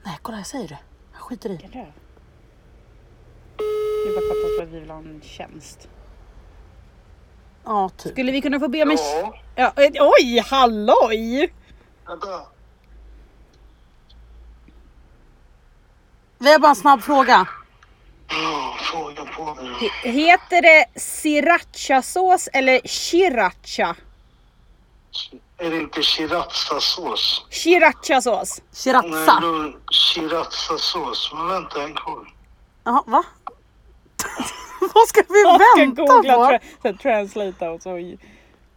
Nej, kolla jag säger det. Han skiter i. något. Det är bara fattas för att vi vill ha en tjänst. Ja, typ. Skulle vi kunna få be om en... Ja, Ja, eh, oj, halloj! vänta. Vi har bara en snabb fråga. Ja, Fråga på mig. He- Heter det srirachasås eller sriracha? Är det inte srirachasås? Srirachasås. Nej, Shiratsa. då srirachasås. Men vänta en gång. Jaha, va? Vad ska vi vänta på? tra- translate och så.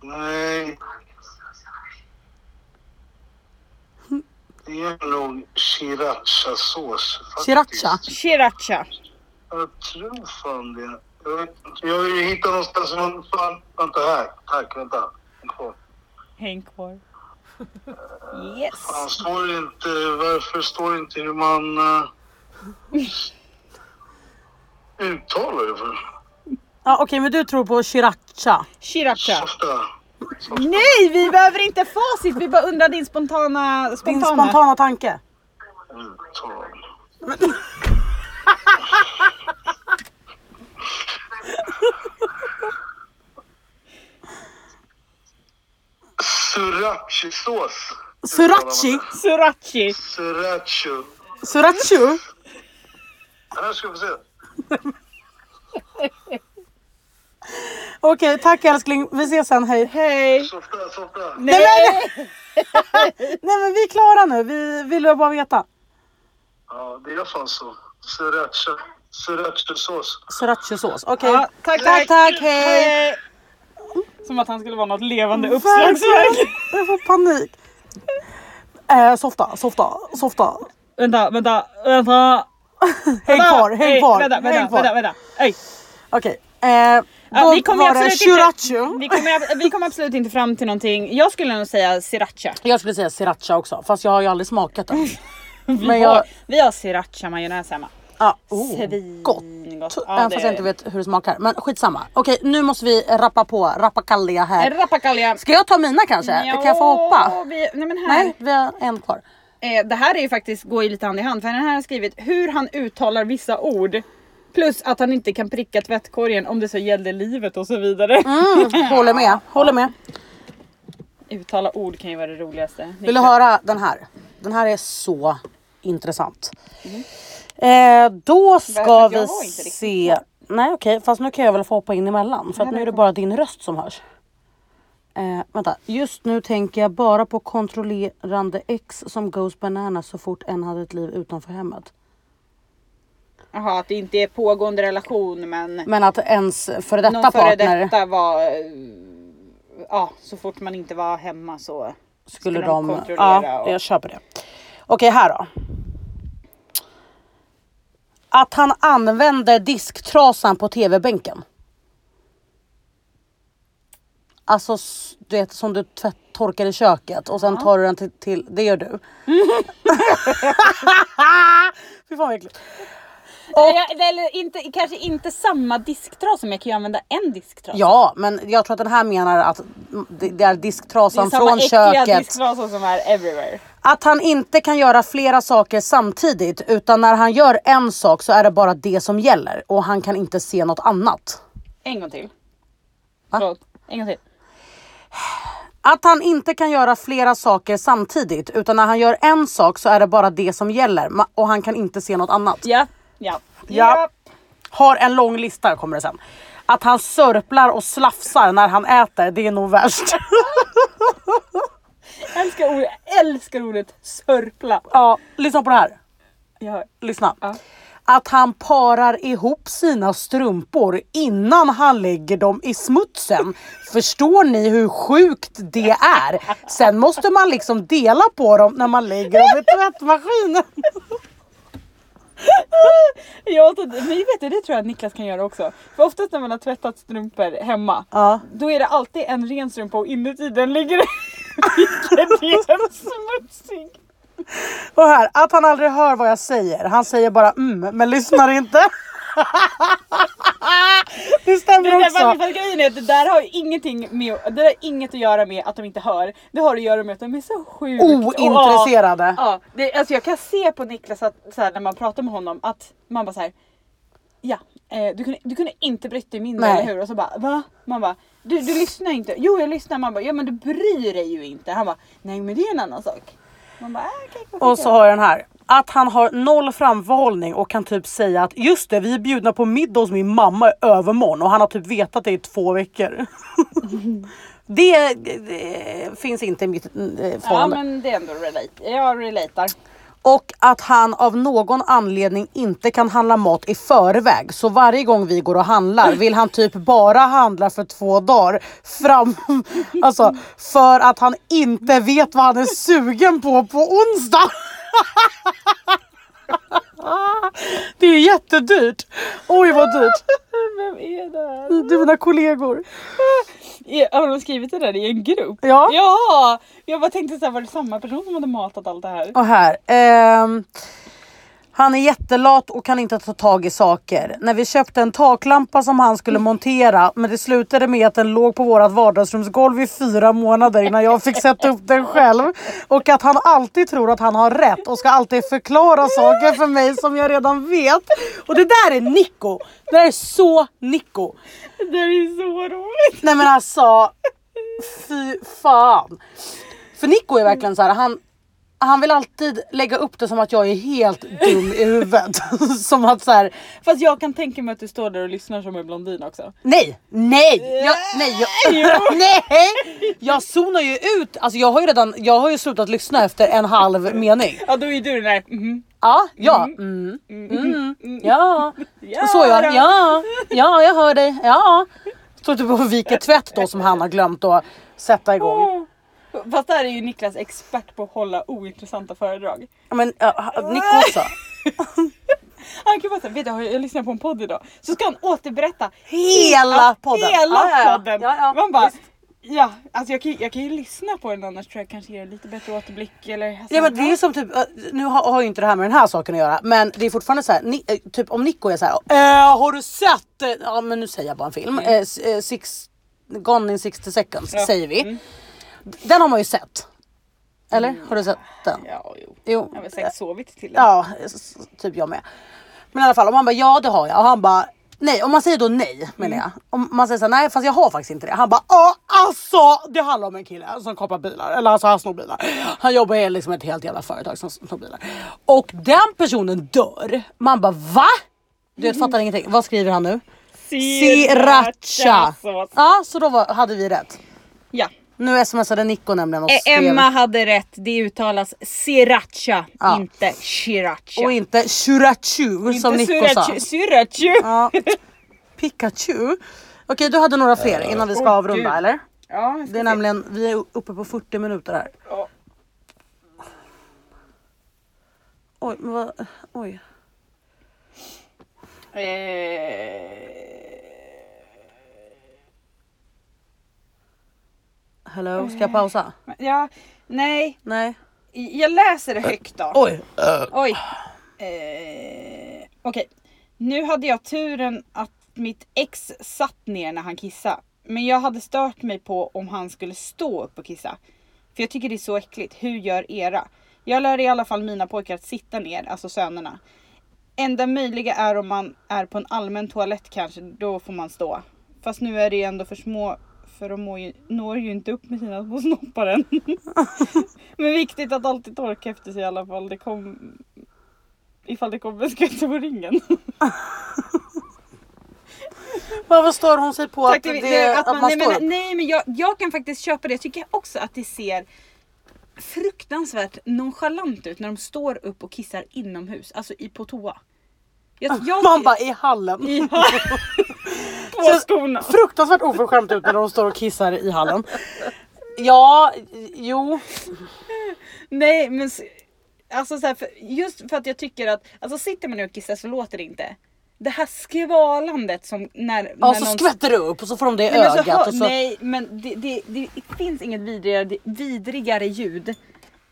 Nej. Det är nog srirachasås. faktiskt. Sriracha? Sriracha. Jag tror fan det. Jag, vet inte. jag har ju hittat någonstans som... Fan, vänta här. Tack, vänta. En kvar. Häng kvar. Yes. Fan, står det inte... Varför står det inte hur man... eh, uttalar det för? Ja, Okej, men du tror på sriracha. Sriracha. Softa. Nej, vi behöver inte facit. Vi bara undrar din spontana... Din spontana. spontana tanke. Uttal. Srirachasås. Surachi? Srirachi. Sriracha. Surachu? Här ska vi se. Okej, tack älskling. Vi ses sen, hej. Hej. Softa, softa. Nej, men, nej men vi är klara nu. Vi vill bara veta. Ja, det är fan så. Sriracha. Srirachasås. Surachusås. Okej. Ja, tack, tack, tack, hej. Som att han skulle vara något levande uppslagsverk. Jag får panik. Eh, softa, softa, softa. Vänta, vänta, vänta. Häng Vänta. kvar, häng Ey, kvar. Vänta, häng vänta, kvar. vänta. vänta. Ey. Okej. Eh, Ja, då vi kommer var det absolut inte- sriracha. Vi kommer, vi kommer absolut inte fram till någonting. Jag skulle nog säga sriracha. Jag skulle säga sriracha också, fast jag har ju aldrig smakat den. Vi, Men har, jag... vi har sriracha majonnäs hemma. Ja, oh, gott. Svingott. Även Ja, det- fast jag inte vet hur det smakar. Men skitsamma. Okej, nu måste vi rappa på. Rappakallia här. Rappakalja. Ska jag ta mina kanske? Kan jag få hoppa? Vi, nej men här. Nej, vi har en kvar. Eh, det här är ju faktiskt, går ju lite hand i hand för den här har skrivit hur han uttalar vissa ord. Plus att han inte kan pricka tvättkorgen om det så gällde livet och så vidare. Mm, håller med, håller med. Uttala ord kan ju vara det roligaste. Vill du höra den här? Den här är så intressant. Eh, då ska Därför Mm. att vi jag var inte riktigt se. Nej okej, fast nu kan jag väl få hoppa in emellan för att nu är det bara din röst som hörs. Eh, vänta, just nu tänker jag bara på kontrollerande ex som goes bananas så fort en hade ett liv utanför hemmet. Jaha, att det inte är pågående relation men Men att ens före detta någon före partner detta var... eh, Ja, så fort man inte var hemma så... skulle Ska de de... kontrollera ja, och- jag köper det. Okej, här då. Att han använde disktrasan på tv-bänken. Alltså s- du vet som du tvätt, torkar i köket och sen tar du den till, till det gör du. Fy fan vad äckligt. Eller, eller inte, kanske inte samma disktras som jag kan ju använda en disktras. Ja men jag tror att den här menar att det, det är det är disktrasan samma från äckliga köket. disktrasa som är everywhere. Att han inte kan göra flera saker samtidigt utan när han gör en sak så är det bara det som gäller och han kan inte se något annat. En gång till. Förlåt, en gång till. Att han inte kan göra flera saker samtidigt utan när han gör en sak så är det bara det som gäller ma- och han kan inte se något annat. Ja, ja. Ja. Har en lång lista kommer det sen. Att han sörplar och slafsar när han äter, det är nog värst. Jag älskar ordet, jag älskar ordet sörpla. ja, lyssna på det här. Jag hör. Lyssna. Ja. Att han parar ihop sina strumpor innan han lägger dem i smutsen. Förstår ni hur sjukt det är? Sen måste man liksom dela på dem när man lägger dem i tvättmaskinen. Jag, tar- men vet du, det tror jag att Niklas kan göra också. För oftast när man har tvättat strumpor hemma, Ja. då är det alltid en ren strumpa och inuti den ligger det ligger det en smutsig. Och här, att han aldrig hör vad jag säger. Han säger bara mm, men lyssnar inte. Det Det stämmer där, också. fast- fast grejen är att det där har ju ingenting med, det där har inget att göra med att de inte hör. Det har att göra med att de är så sjukt Ointresserade. Ja, det, alltså jag kan se på Niklas att, så här, när man pratar med honom att man bara så här. Ja, eh, du, kunde, du kunde inte brytt dig mindre, Nej. eller hur? Och så bara va? Man bara du, du lyssnar inte. Jo jag lyssnar. Man bara ja men du bryr dig ju inte. Han bara nej men det är en annan sak. Man bara äh, okej. okej, Och så okej. har jag den här. Att han har noll framförhållning och kan typ säga att just det, vi är bjudna på middag hos min mamma i övermorgon och han har typ vetat det i två veckor. det, det finns inte i mitt eh, Ja förhållande. men det är ändå relate. Jag relatar. Och att han av någon anledning inte kan handla mat i förväg. Så varje gång vi går och handlar vill han typ bara handla för två dagar fram. Alltså för att han inte vet vad han är sugen på på onsdag. Det är jättedyrt. Oj vad dyrt. Vem är det här? Det är mina kollegor. I- Har de skrivit det där i en grupp? Ja. Ja! Jag bara tänkte såhär, var det samma person som hade matat allt det här? Och här. ehm, han är jättelat och kan inte ta tag i saker. När vi köpte en taklampa som han skulle montera men det slutade med att den låg på vårt vardagsrumsgolv i fyra månader innan jag fick sätta upp den själv. Och att han alltid tror att han har rätt och ska alltid förklara saker för mig som jag redan vet. Och det där är Nico. Det där är så Nico. Det där är ju så roligt! Nej men alltså, fy fan. För Nico är verkligen så här, han, han vill alltid lägga upp det som att jag är helt dum i huvudet. som att så här, Fast jag kan tänka mig att du står där och lyssnar som en blondin också. nej, nej, jag, nej, jag, nej. Jag zonar ju ut, alltså jag har ju redan, jag har ju slutat lyssna efter en halv mening. Ja då är du den där mhm. Ja, ja, mm, mm, ja. Ja, Så då. jag, ja, ja jag hör dig, ja. Står typ och viker tvätt då som han har glömt att sätta igång. Fast där är ju Niklas expert på att hålla ointressanta föredrag. Ja, Men uh, Nico också. Han kan bara säga, vet du jag lyssnade på en podd idag. Så ska han återberätta Hela podden. Hela Ja, ja, ja. podden. Ja, ja. Man bara, ja alltså jag kan, ju- jag kan ju lyssna på den annars tror jag kanske ger lite bättre återblick eller Ja, men det är som typ, eh, nu har, har ju inte det här med den här saken att göra men det är fortfarande så här, ni, eh, typ om Nico är så här, "Eh, har du sett? eh?" Ja men nu säger jag bara en film, Mm. eh, s- eh, six, Gone in 60 seconds säger vi. Mm. Den har man ju sett. Eller? Har du sett den? Ja, jo. Jo. Jag har väl säkert sovit till den. Ja, s- typ jag med. Men i alla fall om han bara ja det har jag och han bara nej, om man säger då nej menar jag. Om man säger så här, nej fast jag har faktiskt inte det. Han bara ja alltså det handlar om en kille som kapar bilar eller alltså han snor bilar. Han jobbar i liksom ett helt jävla företag som snor bilar. Och den personen dör. Man bara va? Du vet fattar ingenting. Vad skriver han nu? Sriracha. Srirachasås. Ja så då var, hade vi rätt. Ja. Nu smsade Nico nämligen och Eh, skrev Emma hade rätt, det uttalas sriracha, Ja. inte sriracha. och inte shurachu som inte Nico sa. sriracha- sriracha. Ja. Pikachu. Okej, du hade några fler innan vi ska Åh, avrunda gud. eller? Ja, jag ska Det är se. nämligen, vi är uppe på 40 minuter här. Ja. Oj, men vad, oj. eh, Hello, ska Eh. jag pausa? Ja, nej, Nej. jag läser det högt då. Oj! Oj. Eh, Okej. Nu hade jag turen att mitt ex satt ner när han kissade. Men jag hade stört mig på om han skulle stå upp och kissa. För jag tycker det är så äckligt. Hur gör era? Jag lär i alla fall mina pojkar att sitta ner, alltså sönerna. Enda möjliga är om man är på en allmän toalett kanske, då får man stå. Fast nu är det ju ändå för små, för de mår ju, når ju inte upp med sina små snoppar än. Men viktigt att alltid torka efter sig i alla fall. Det kom... Ifall det kommer skvätter på ringen. Varför stör hon sig på att, Tack, det, det- att, man, nej, står upp? men, nej men jag, jag kan faktiskt köpa det. Jag tycker också att det ser fruktansvärt nonchalant ut när de står upp och kissar inomhus. Alltså i, på toa. Jag, jag, Ah, Man bara i hallen. I, på skorna. Fruktansvärt oförskämt ut när de står och kissar i hallen. Ja, jo. Nej men s- alltså så här, för, just för att jag tycker att alltså sitter man ner och kissar så låter det inte. Det här skvalandet som när, Ja, när så någon skvätter det upp och så får de det i Nej, men, så, hör- ögat. Och så, nej, men det, det, det finns inget vidrigare, vidrigare ljud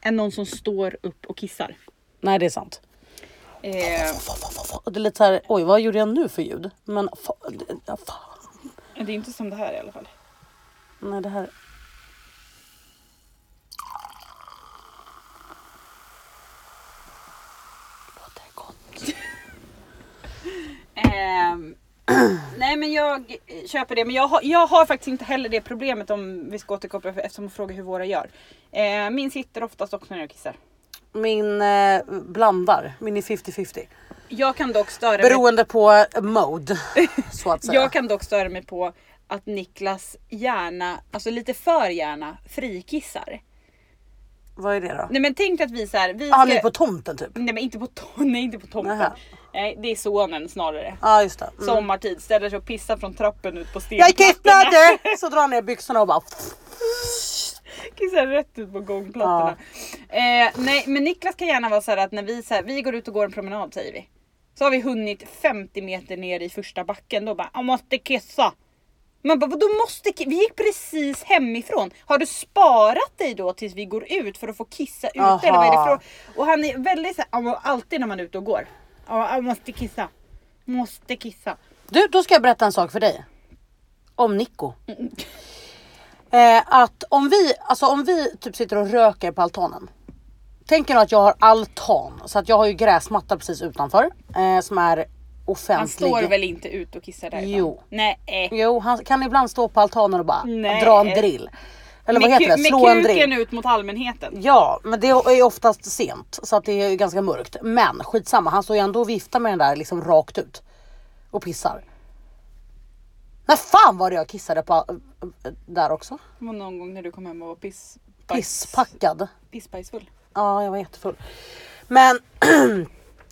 än någon som står upp och kissar. nej, det är sant. Eh, Och det är lite så här, oj vad gjorde jag nu för ljud? Men fa- det- ja, fan. det är inte som det här i alla fall. Nej, det här. Låter gott. Ehm, nej men jag köper det. Men jag har, jag har faktiskt inte heller det problemet om vi ska återkoppla för- eftersom hon frågar hur våra gör. Eh, min sitter oftast också när jag kissar. Min eh, blandar, min är 50-50. Jag kan dock störa mig, Beroende på eh, mode så att säga. jag kan dock störa mig på att Niklas gärna, alltså lite för gärna, frikissar. Vad är det då? Nej men tänk att vi så här, vi Ah, ska... Han är på tomten typ. Ja Nej men inte på, to- nej, inte på tomten. Nähä. Nej, det är sonen snarare. ah, just det. Mm. Sommartid, ställer sig och pissar från trappen ut på Jag är stenplattorna. kissblödig! Så drar han ner byxorna och bara Kissar rätt ut på gångplattorna. Eh, nej men Niklas kan gärna vara så här att när vi, så här, vi går ut och går en promenad säger vi. Så har vi hunnit 50 meter ner i första backen då bara jag måste kissa. Man bara vadå måste ki- Vi gick precis hemifrån. Har du sparat dig då tills vi går ut för att få kissa ute eller vad är det Aha. för Och han är väldigt så här, "Ja, men alltid när man är ute och går. Ja, jag måste kissa. Måste kissa. Du, då ska jag berätta en sak för dig. Om Nico. Eh, att om vi, alltså om vi typ sitter och röker på altanen. Tänk er nu att jag har altan, så att jag har ju gräsmatta precis utanför eh, som är Han offentlig. står väl inte ut och kissar därifrån? Jo. Nej. eh. Jo, han kan ibland stå på altanen och bara Nej. dra en drill. Eller vad Med heter ku- det? Slå en Med kuken drill. ut mot allmänheten. Ja, men det är oftast sent så att det är ganska mörkt. Men skitsamma, han står ju ändå och viftar med den där liksom rakt ut och pissar. När fan var det jag kissade på eh, där också? Det var någon gång när du kom hem och var piss... Pisspackad. Pissbajsfull. Ja, jag var jättefull. Men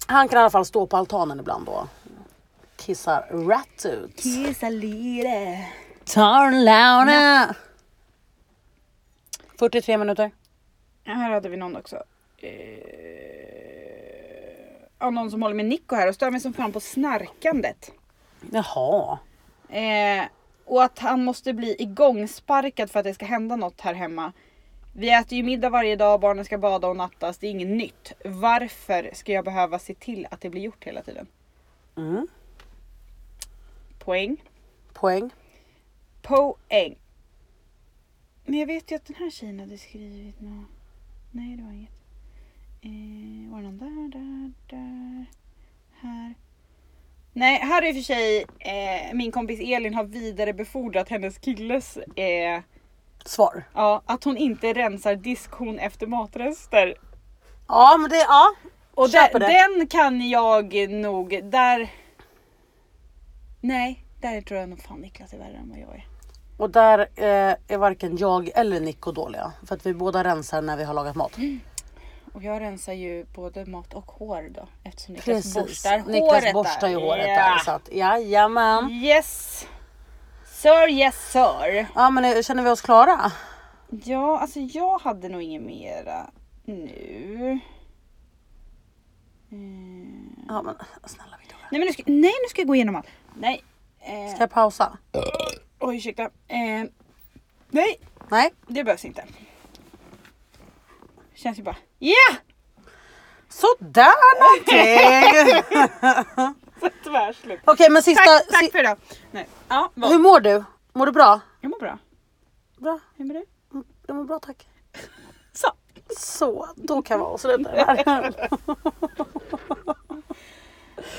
han kan i alla fall stå på altanen ibland då. Kissar rätt ut. Kissa lite. Tarlauna! 43 minuter. Här hade vi någon också. Eh, Ja, någon som håller med Nico här och stör mig som fan på snarkandet. Jaha. Eh, och att han måste bli igångsparkad för att det ska hända något här hemma. Vi äter ju middag varje dag, barnen ska bada och nattas. Det är inget nytt. Varför ska jag behöva se till att det blir gjort hela tiden? Mm. Poäng. Poäng. Poäng. Men jag vet ju att den här tjejen hade skrivit nå. Nej, det var inget. Eh, var det någon där, där, där, här? Nej, här är i och för sig eh, min kompis Elin har vidarebefordrat hennes killes eh, Svar. ja, att hon inte rensar diskhon efter matrester. Ja, men det, ja. Och Köper de- den kan jag nog, där... Nej, där tror jag nog fan Niklas är värre än vad jag är. Och där eh, är varken jag eller Nico dåliga. För att vi båda rensar när vi har lagat mat. Mm, Och jag rensar ju både mat och hår då eftersom Niklas Precis. borstar Niklas håret borstar ju håret Ja. där. liksom. Så att, jajamän. Yes! Sir, yes sir. Ja men eh, känner vi oss klara? Ja, alltså jag hade nog inget mera nu. Mm. Ja men snälla vi dör. Nej, men nu ska, nej, nu ska jag gå igenom allt. Nej. Eh, Ska jag pausa? oj, ursäkta. Eh, nej, Nej. det behövs inte. Känns ju bara... Ja! Sådär någonting! Tvärslut. Okej men sista... Tack, tack si- för idag. Nej. Ja, vad? hur mår du? Mår du bra? Jag mår bra. Bra. Hur mår du? Jag mår bra tack. Så. Så, då kan vi avsluta det här.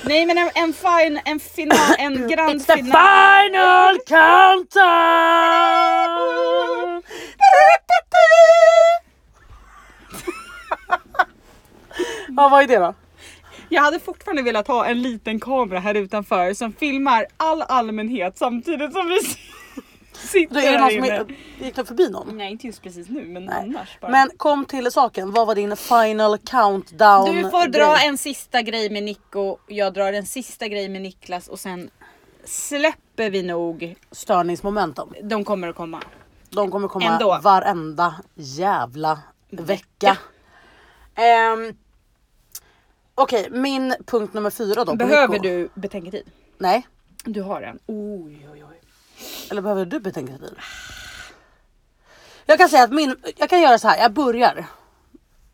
Nej, men en, en fin, en final, en grand It's the final. final countdown! ja, vad är det då? Jag hade fortfarande velat ha en liten kamera här utanför som filmar all allmänhet samtidigt som vi sitter Du, är det någon här som inne. är, gick det förbi någon? Nej, inte just precis nu, men Nej. annars bara. Men kom till saken, vad var din final countdown? du får dra grej? en sista grej med Nico, jag drar en sista grej med Niklas och sen släpper vi nog. Störningsmomentum. De kommer att komma. De kommer komma Ändå. varenda jävla vecka. Vecka. Ehm, Okej, min punkt nummer fyra då. på Behöver Nico. du betänketid? Nej. Du har en. Oj, oj, oj. Eller behöver du betänketid? Jag kan säga att min, jag kan göra så här, jag börjar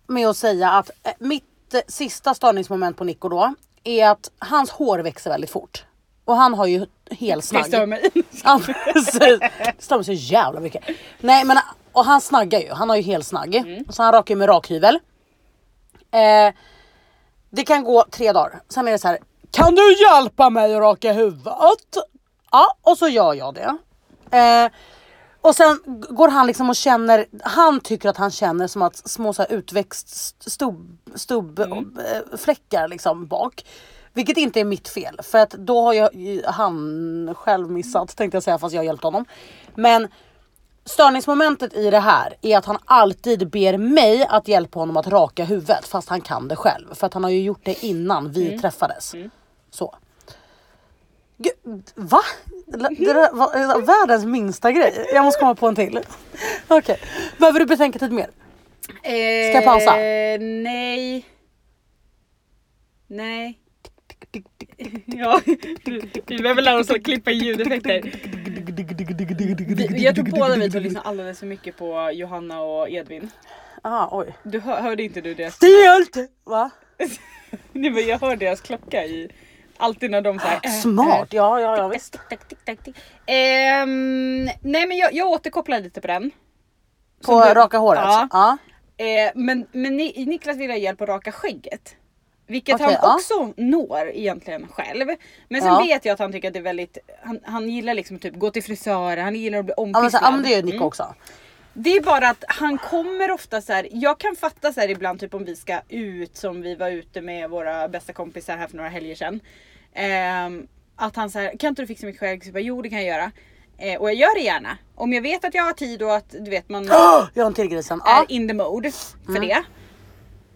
med att säga att eh, mitt eh, sista störningsmoment på Nico då är att hans hår växer väldigt fort. Och han har ju Det helsnagg. stör mig. Ja precis. Det stör mig så jävla mycket. Nej men och han snaggar ju, han har ju helsnagg. Så han rakar ju med rakhyvel. Eh, det kan gå tre dagar, sen är det så här. Kan du hjälpa mig att raka huvudet? Ja, och så gör jag det. Eh, och sen g- går han liksom och känner, han tycker att han känner som att små så här utväxt stubbfläckar stubb, eh, fläckar liksom bak. Vilket inte är mitt fel för att då har jag, han själv missat tänkte jag säga fast jag har hjälpt honom. Men störningsmomentet i det här är att han alltid ber mig att hjälpa honom att raka huvudet fast han kan det själv. För att han har ju gjort det innan vi träffades. Så. Gud, va? Det där var världens minsta grej. Jag måste komma på en till. Okej, behöver du betänka lite mer? Ska jag pausa? Eh, nej. Nej. Ja, vi behöver lära oss att klippa ljudeffekter. Vi- Jag tror båda vi två lyssnar alldeles för mycket på Johanna och Edvin. Ah, oj. Du hör, hörde inte du det? Stelt! Va? Nej, men jag hör deras klocka i... Alltid när de såhär... Smart! eh, Ja, ja, ja visst. Ehm, nej men jag, jag återkopplar lite på den. På Som du- raka håret? Ja. Ja. ja. Eh, men men Ni- Niklas vill ha hjälp att raka skägget. Vilket Okej, han ja. också når egentligen själv. Men sen Ja. vet jag att han tycker att det är väldigt, han, han gillar liksom typ gå till frisören, han gillar att bli Mm. men, så, ompysslad. Alltså, ja, men det gör Nico också. Det är bara att han kommer ofta så här. jag kan fatta så här ibland typ om vi ska ut som vi var ute med våra bästa kompisar här för några helger sedan. Ehm, att han så här, kan inte du fixa mitt skägg? Så jag bara, jo det kan jag göra. Eh, och jag gör det gärna. Om jag vet att jag har tid och att du vet man Åh, Jag har en till grej sen. är Ja. in the mode för det.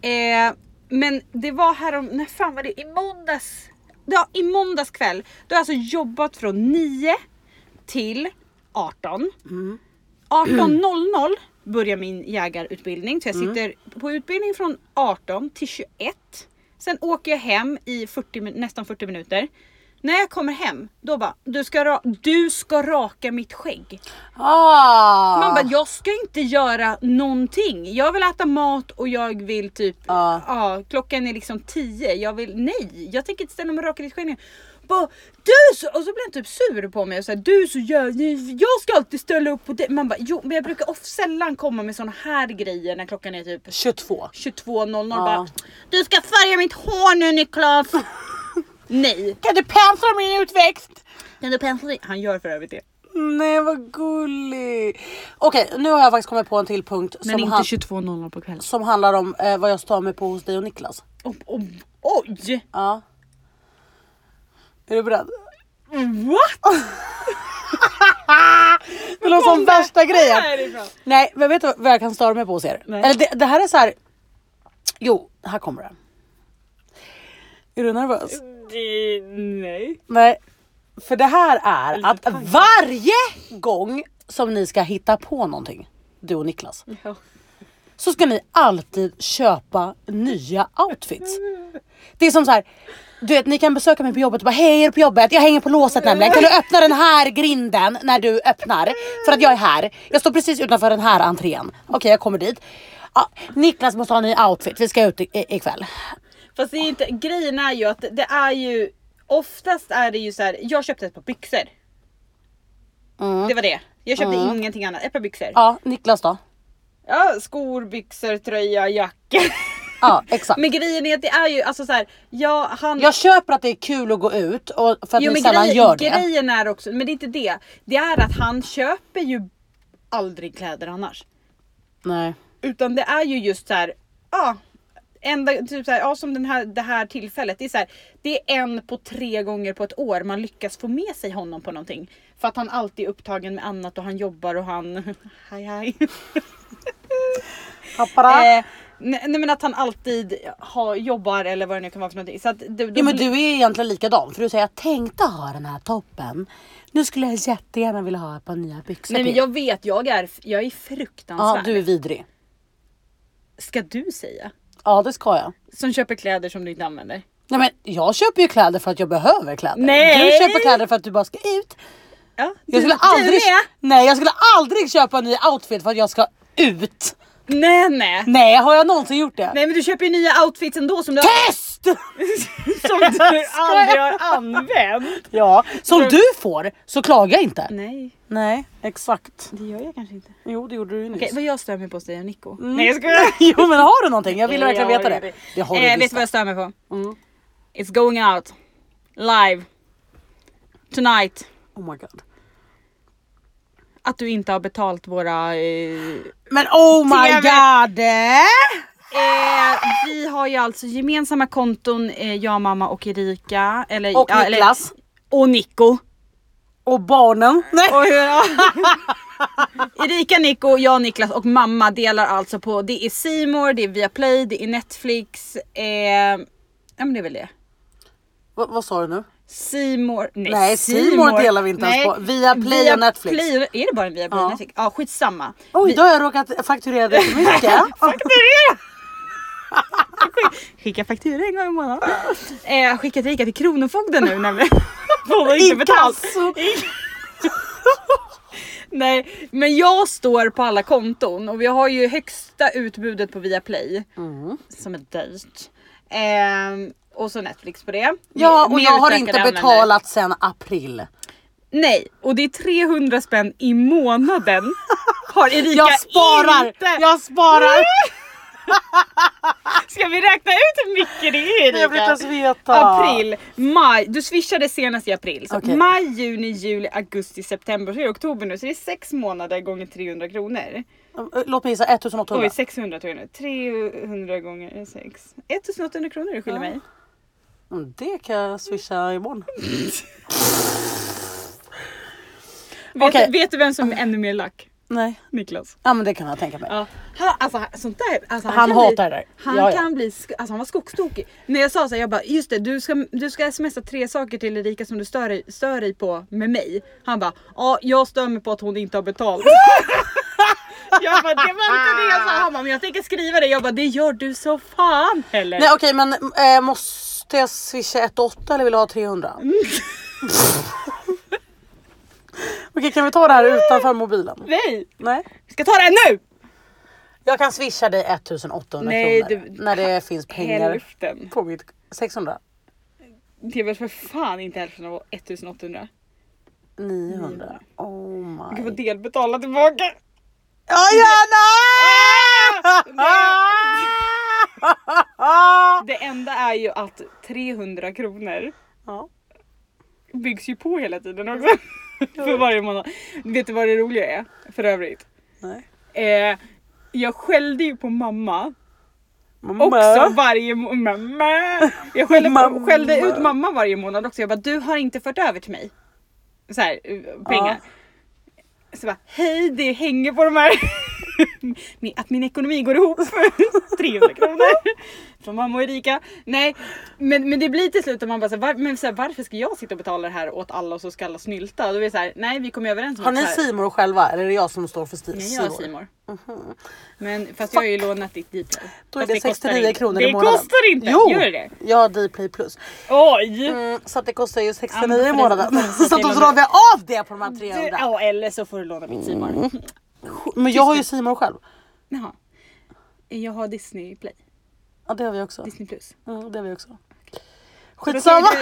Eh, men det var härom, när fan var det? I måndags? Ja, i måndags kväll. Då har jag alltså jobbat från 9 till 18. 18.00 börjar min jägarutbildning. Så jag sitter på utbildning från 18 till 21. Sen åker jag hem i 40, min- nästan 40 minuter. När jag kommer hem, då bara, du ska, ra- du ska raka mitt skägg. Ah. Man bara, jag ska inte göra någonting. Jag vill äta mat och jag vill typ, Ja. ja klockan är liksom tio. Jag vill, nej, jag tänker inte ställa mig och raka ditt skägg. Bara, du så, och så blir han typ sur på mig och säger du så jag, jag ska alltid ställa upp på det. Man bara, jo men jag brukar of, sällan komma med såna här grejer när klockan är typ 22. 22.00 Ja. bara, du ska färga mitt hår nu Niklas. nej, Kan du pensla min utväxt? kan du pensla dig? Han gör för övrigt det. Nej vad gullig. Okej nu har jag faktiskt kommit på en till punkt Men som, inte han, 22.00 på kvällen. som handlar om eh, vad jag stör mig på hos dig och Niklas. Oh, oh, oj! Ja. Är du beredd? What? Det låter som alltså, värsta grejen. Härifrån. Nej men vet du vad jag kan störa mig på hos er? Nej. Eller det, det här är så här. Jo, här kommer det. Är du nervös? Det- Nej. Nej. För det här är att varje gång som ni ska hitta på någonting, du och Niklas, Ja. så ska ni alltid köpa nya outfits. Det är som så här. Du vet, ni kan besöka mig på jobbet och bara hej, är du på jobbet? Jag hänger på låset nämligen. Kan du öppna den här grinden när du öppnar? För att jag är här. Jag står precis utanför den här entrén. Okej, jag kommer dit. Ja, Niklas måste ha en ny outfit. Vi ska ut i- i- ikväll. Fast det är inte, grejen är ju att det är ju, oftast är det ju så här. jag köpte ett par byxor. Det var det. Jag köpte ingenting annat, ett par byxor. Ja, Niklas då? Ja, skor, byxor, tröja, jacka. Ja, exakt. Men grejen är att det är ju alltså så här, ja han... Jag köper att det är kul att gå ut och för att jo, ni men sällan grej- gör det. grejen är också, men det är inte det. Det är att han köper ju aldrig kläder annars. Nej. Utan det är ju just så här, ja. Enda, typ så här, ja som den här, det här tillfället. Det är, så här, det är en på tre gånger på ett år man lyckas få med sig honom på någonting. För att han alltid är upptagen med annat och han jobbar och han... Hej hej. Pappara. Eh, nej, nej men att han alltid har, jobbar eller vad det nu kan vara för någonting. Så att det, då Jo men blir- du är egentligen likadan för du säger jag tänkte ha den här toppen. Nu skulle jag jättegärna vilja ha ett par nya byxor Nej men till." jag vet, jag är, jag är Ja fruktansvärd. du är vidrig. Ska du säga? Ja det ska jag. Som köper kläder som du inte använder. Nej men jag köper ju kläder för att jag behöver kläder. Nej! Du köper kläder för att du bara ska ut. Ja, Jag skulle du, aldrig, Du med? Nej jag skulle aldrig köpa en ny outfit för att jag ska ut. Nej nej. Nej har jag någonsin gjort det? Nej men du köper ju nya outfits ändå som du, Test! som du aldrig har använt. Ja, som du får så klagar jag inte. Nej, Nej exakt. det gör jag kanske inte. Jo det gjorde du ju nyss. Okej, vad jag stör mig på hos dig och Nico. Nej jag skojar. Jo men har du någonting? Jag ville verkligen Jag veta har det. ingenting. Det har du Mm. eh, Vet visst. du vad jag stör mig på? It's going out. Live. Tonight. Oh my god. Att du inte har betalt våra... Eh, Men oh my TV. god! Eh, vi har ju alltså gemensamma konton, eh, jag, mamma och Erika. Eller, Och ja, Niklas. Eller, och Nico. Och barnen. Nej. Och, ja. Erika, Nico, jag, Niklas och mamma delar alltså på, det är C More, det är Viaplay, det är Netflix. Eh, ja men det är väl det. Va, vad sa du nu? C More, nej, Nej, C C More delar vi inte ens på. Viaplay och Netflix. Play- är det bara en Viaplay och Netflix? Ja skitsamma. Oj, då har jag råkat fakturera dig för mycket. fakturera! Skicka faktura en gång i månaden. Eh, skicka till Ica till Kronofogden nu nämligen. Hon har inte betalt. Inkasso. Nej, men jag står på alla konton och vi har ju högsta utbudet på Viaplay. Mm. Som är dyrt. Ehm, och så Netflix på det. Ja, och Mer jag har utökade inte användare. betalat sedan april. Nej, och det är 300 spänn i månaden. Har Erika Jag sparar! inte. Jag sparar! Ska vi räkna ut hur mycket det är Erika? Jag vill inte ens veta. April, maj. Du swishade senast i april. Så Okej. maj, juni, juli, augusti, september. Så är det oktober nu. Så det är sex månader gånger 300 kronor. Eh, Låt mig gissa, 1800. Oj, 600 tror jag nu. 300 gånger 6. 1800 kronor du skyller mig. Mm, Det kan jag swisha imorgon. Vet, Okej. vet du vem som är ännu mer lack? Nej. Niklas. Ja men det kan jag tänka mig. Ja. Han, alltså, sånt där, alltså, Han kan hatar det där. Han Ja, ja. kan bli, sk- alltså han var skogstokig. När jag sa så här, jag bara just det du ska, du ska smsa tre saker till Erika som du stör dig, stör dig på med mig. Han bara ja jag stör mig på att hon inte har betalt. jag bara det var inte det jag sa. Han bara men jag tänker skriva det. Jag bara det gör du så fan heller. Nej okej men eh, måste jag swisha 1800 eller vill du ha 300? Mm. okej kan vi ta det här utanför mobilen? Nej. Nej. Vi ska ta det här nu! Jag kan swisha dig 1800 Nej, kronor du- när det finns pengar Hälften. på mitt 600. Det är väl för fan inte hälften av 1800. 900. Oh my. Du får delbetala tillbaka. Ja gärna! Det enda är ju att 300 kronor Ja. byggs ju på hela tiden också. För varje månad. Vet du vad det roliga är? För övrigt. Nej. Eh, jag skällde ju på mamma Mamma. också varje månad. Mamma! Jag skällde, Mamma. skällde ut mamma varje månad också. Jag bara, du har inte fört över till mig. Så här, eh, pengar. Så bara, hej det hänger på de här. Min- Att min ekonomi går ihop. 300 kronor. för mamma och Erika. Nej, men, men det blir till slut att man bara så här, var, men så här, varför ska jag sitta och betala det här åt alla och så ska alla snylta? Då är det så här, nej vi kom ju överens om Har att ni så här- Simor själva eller är det jag som står för Sti- Nej, jag har Simor? Simor. Men fast jag har ju lånat ditt Dplay. Då är Fast det kostar 69 inte. kronor det i månaden. Det kostar inte! Jo! Gör det? Jag har Dplay plus. Oj! Mm, så att det kostar ju 69 Ja, men i för månaden. det- för det- så att då drar vi av det på de här 300. Ja, eller så får du låna mitt Simor. Mm. Men jag har ju Simor själv. Jaha. Jag har Disney Play. Ja det har vi också. Disney plus. Mm, det har vi också. Då kan Skitsamma! vi-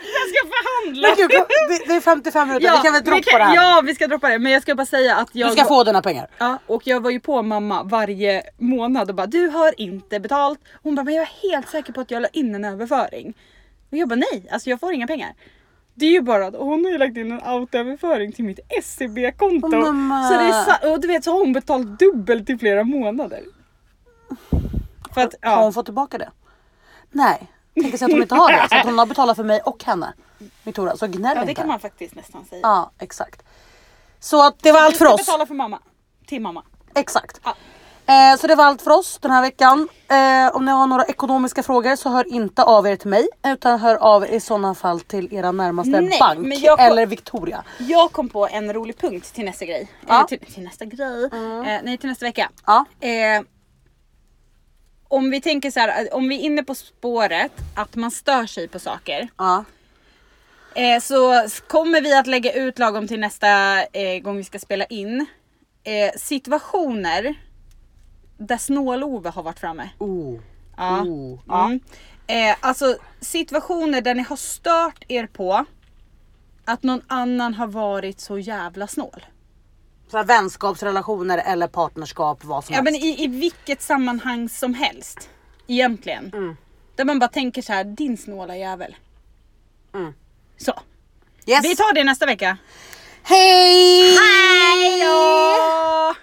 jag ska förhandla! Men gud, det, det är 55 minuter, vi kan väl men vi droppa det här? Ja vi ska droppa det men jag ska bara säga att jag... Du ska få dina pengar. Ja, och jag var ju på mamma varje månad och bara du har inte betalt. Hon bara men jag är helt säker på att jag la in en överföring. Och jag bara nej, alltså jag får inga pengar. Det är ju bara att hon har ju lagt in en autoöverföring till mitt SEB-konto. Åh, mamma. så det är sa- och du vet så har hon betalat dubbelt i flera månader. För att, Har hon ja. fått tillbaka det? Nej. Tänker sig att hon inte har det. Så att hon har betalat för mig och henne. Victoria, så gnäll ja, det inte. kan man faktiskt nästan säga. Ja, exakt. Så att det var allt för Du ska oss. betala för mamma. Till mamma. Exakt. Ja. Eh, så det var allt för oss den här veckan. Eh, om ni har några ekonomiska frågor så hör inte av er till mig utan hör av er i sådana fall till era närmaste Nej, bank men jag- eller Victoria. Jag kom på en rolig punkt till nästa grej. Ja. Eller till, till nästa grej? Eh, nej, till nästa vecka. Ja. Eh, om vi tänker så här, eh, om vi är inne på spåret att man stör sig på saker. Ja. Eh, så s- kommer vi att lägga ut lagom till nästa eh, gång vi ska spela in. Eh, situationer där snål-Ove har varit framme. Oh. Ja. Oh. Mm. Eh, alltså situationer där ni har stört er på att någon annan har varit så jävla snål. Så här, vänskapsrelationer eller partnerskap, vad som Ja, men helst. i, I vilket sammanhang som helst. Egentligen. Där man bara tänker så här, din snåla jävel. Mm. Alltså- Så. Yes. Vi tar det nästa vecka. Hej! Hej då!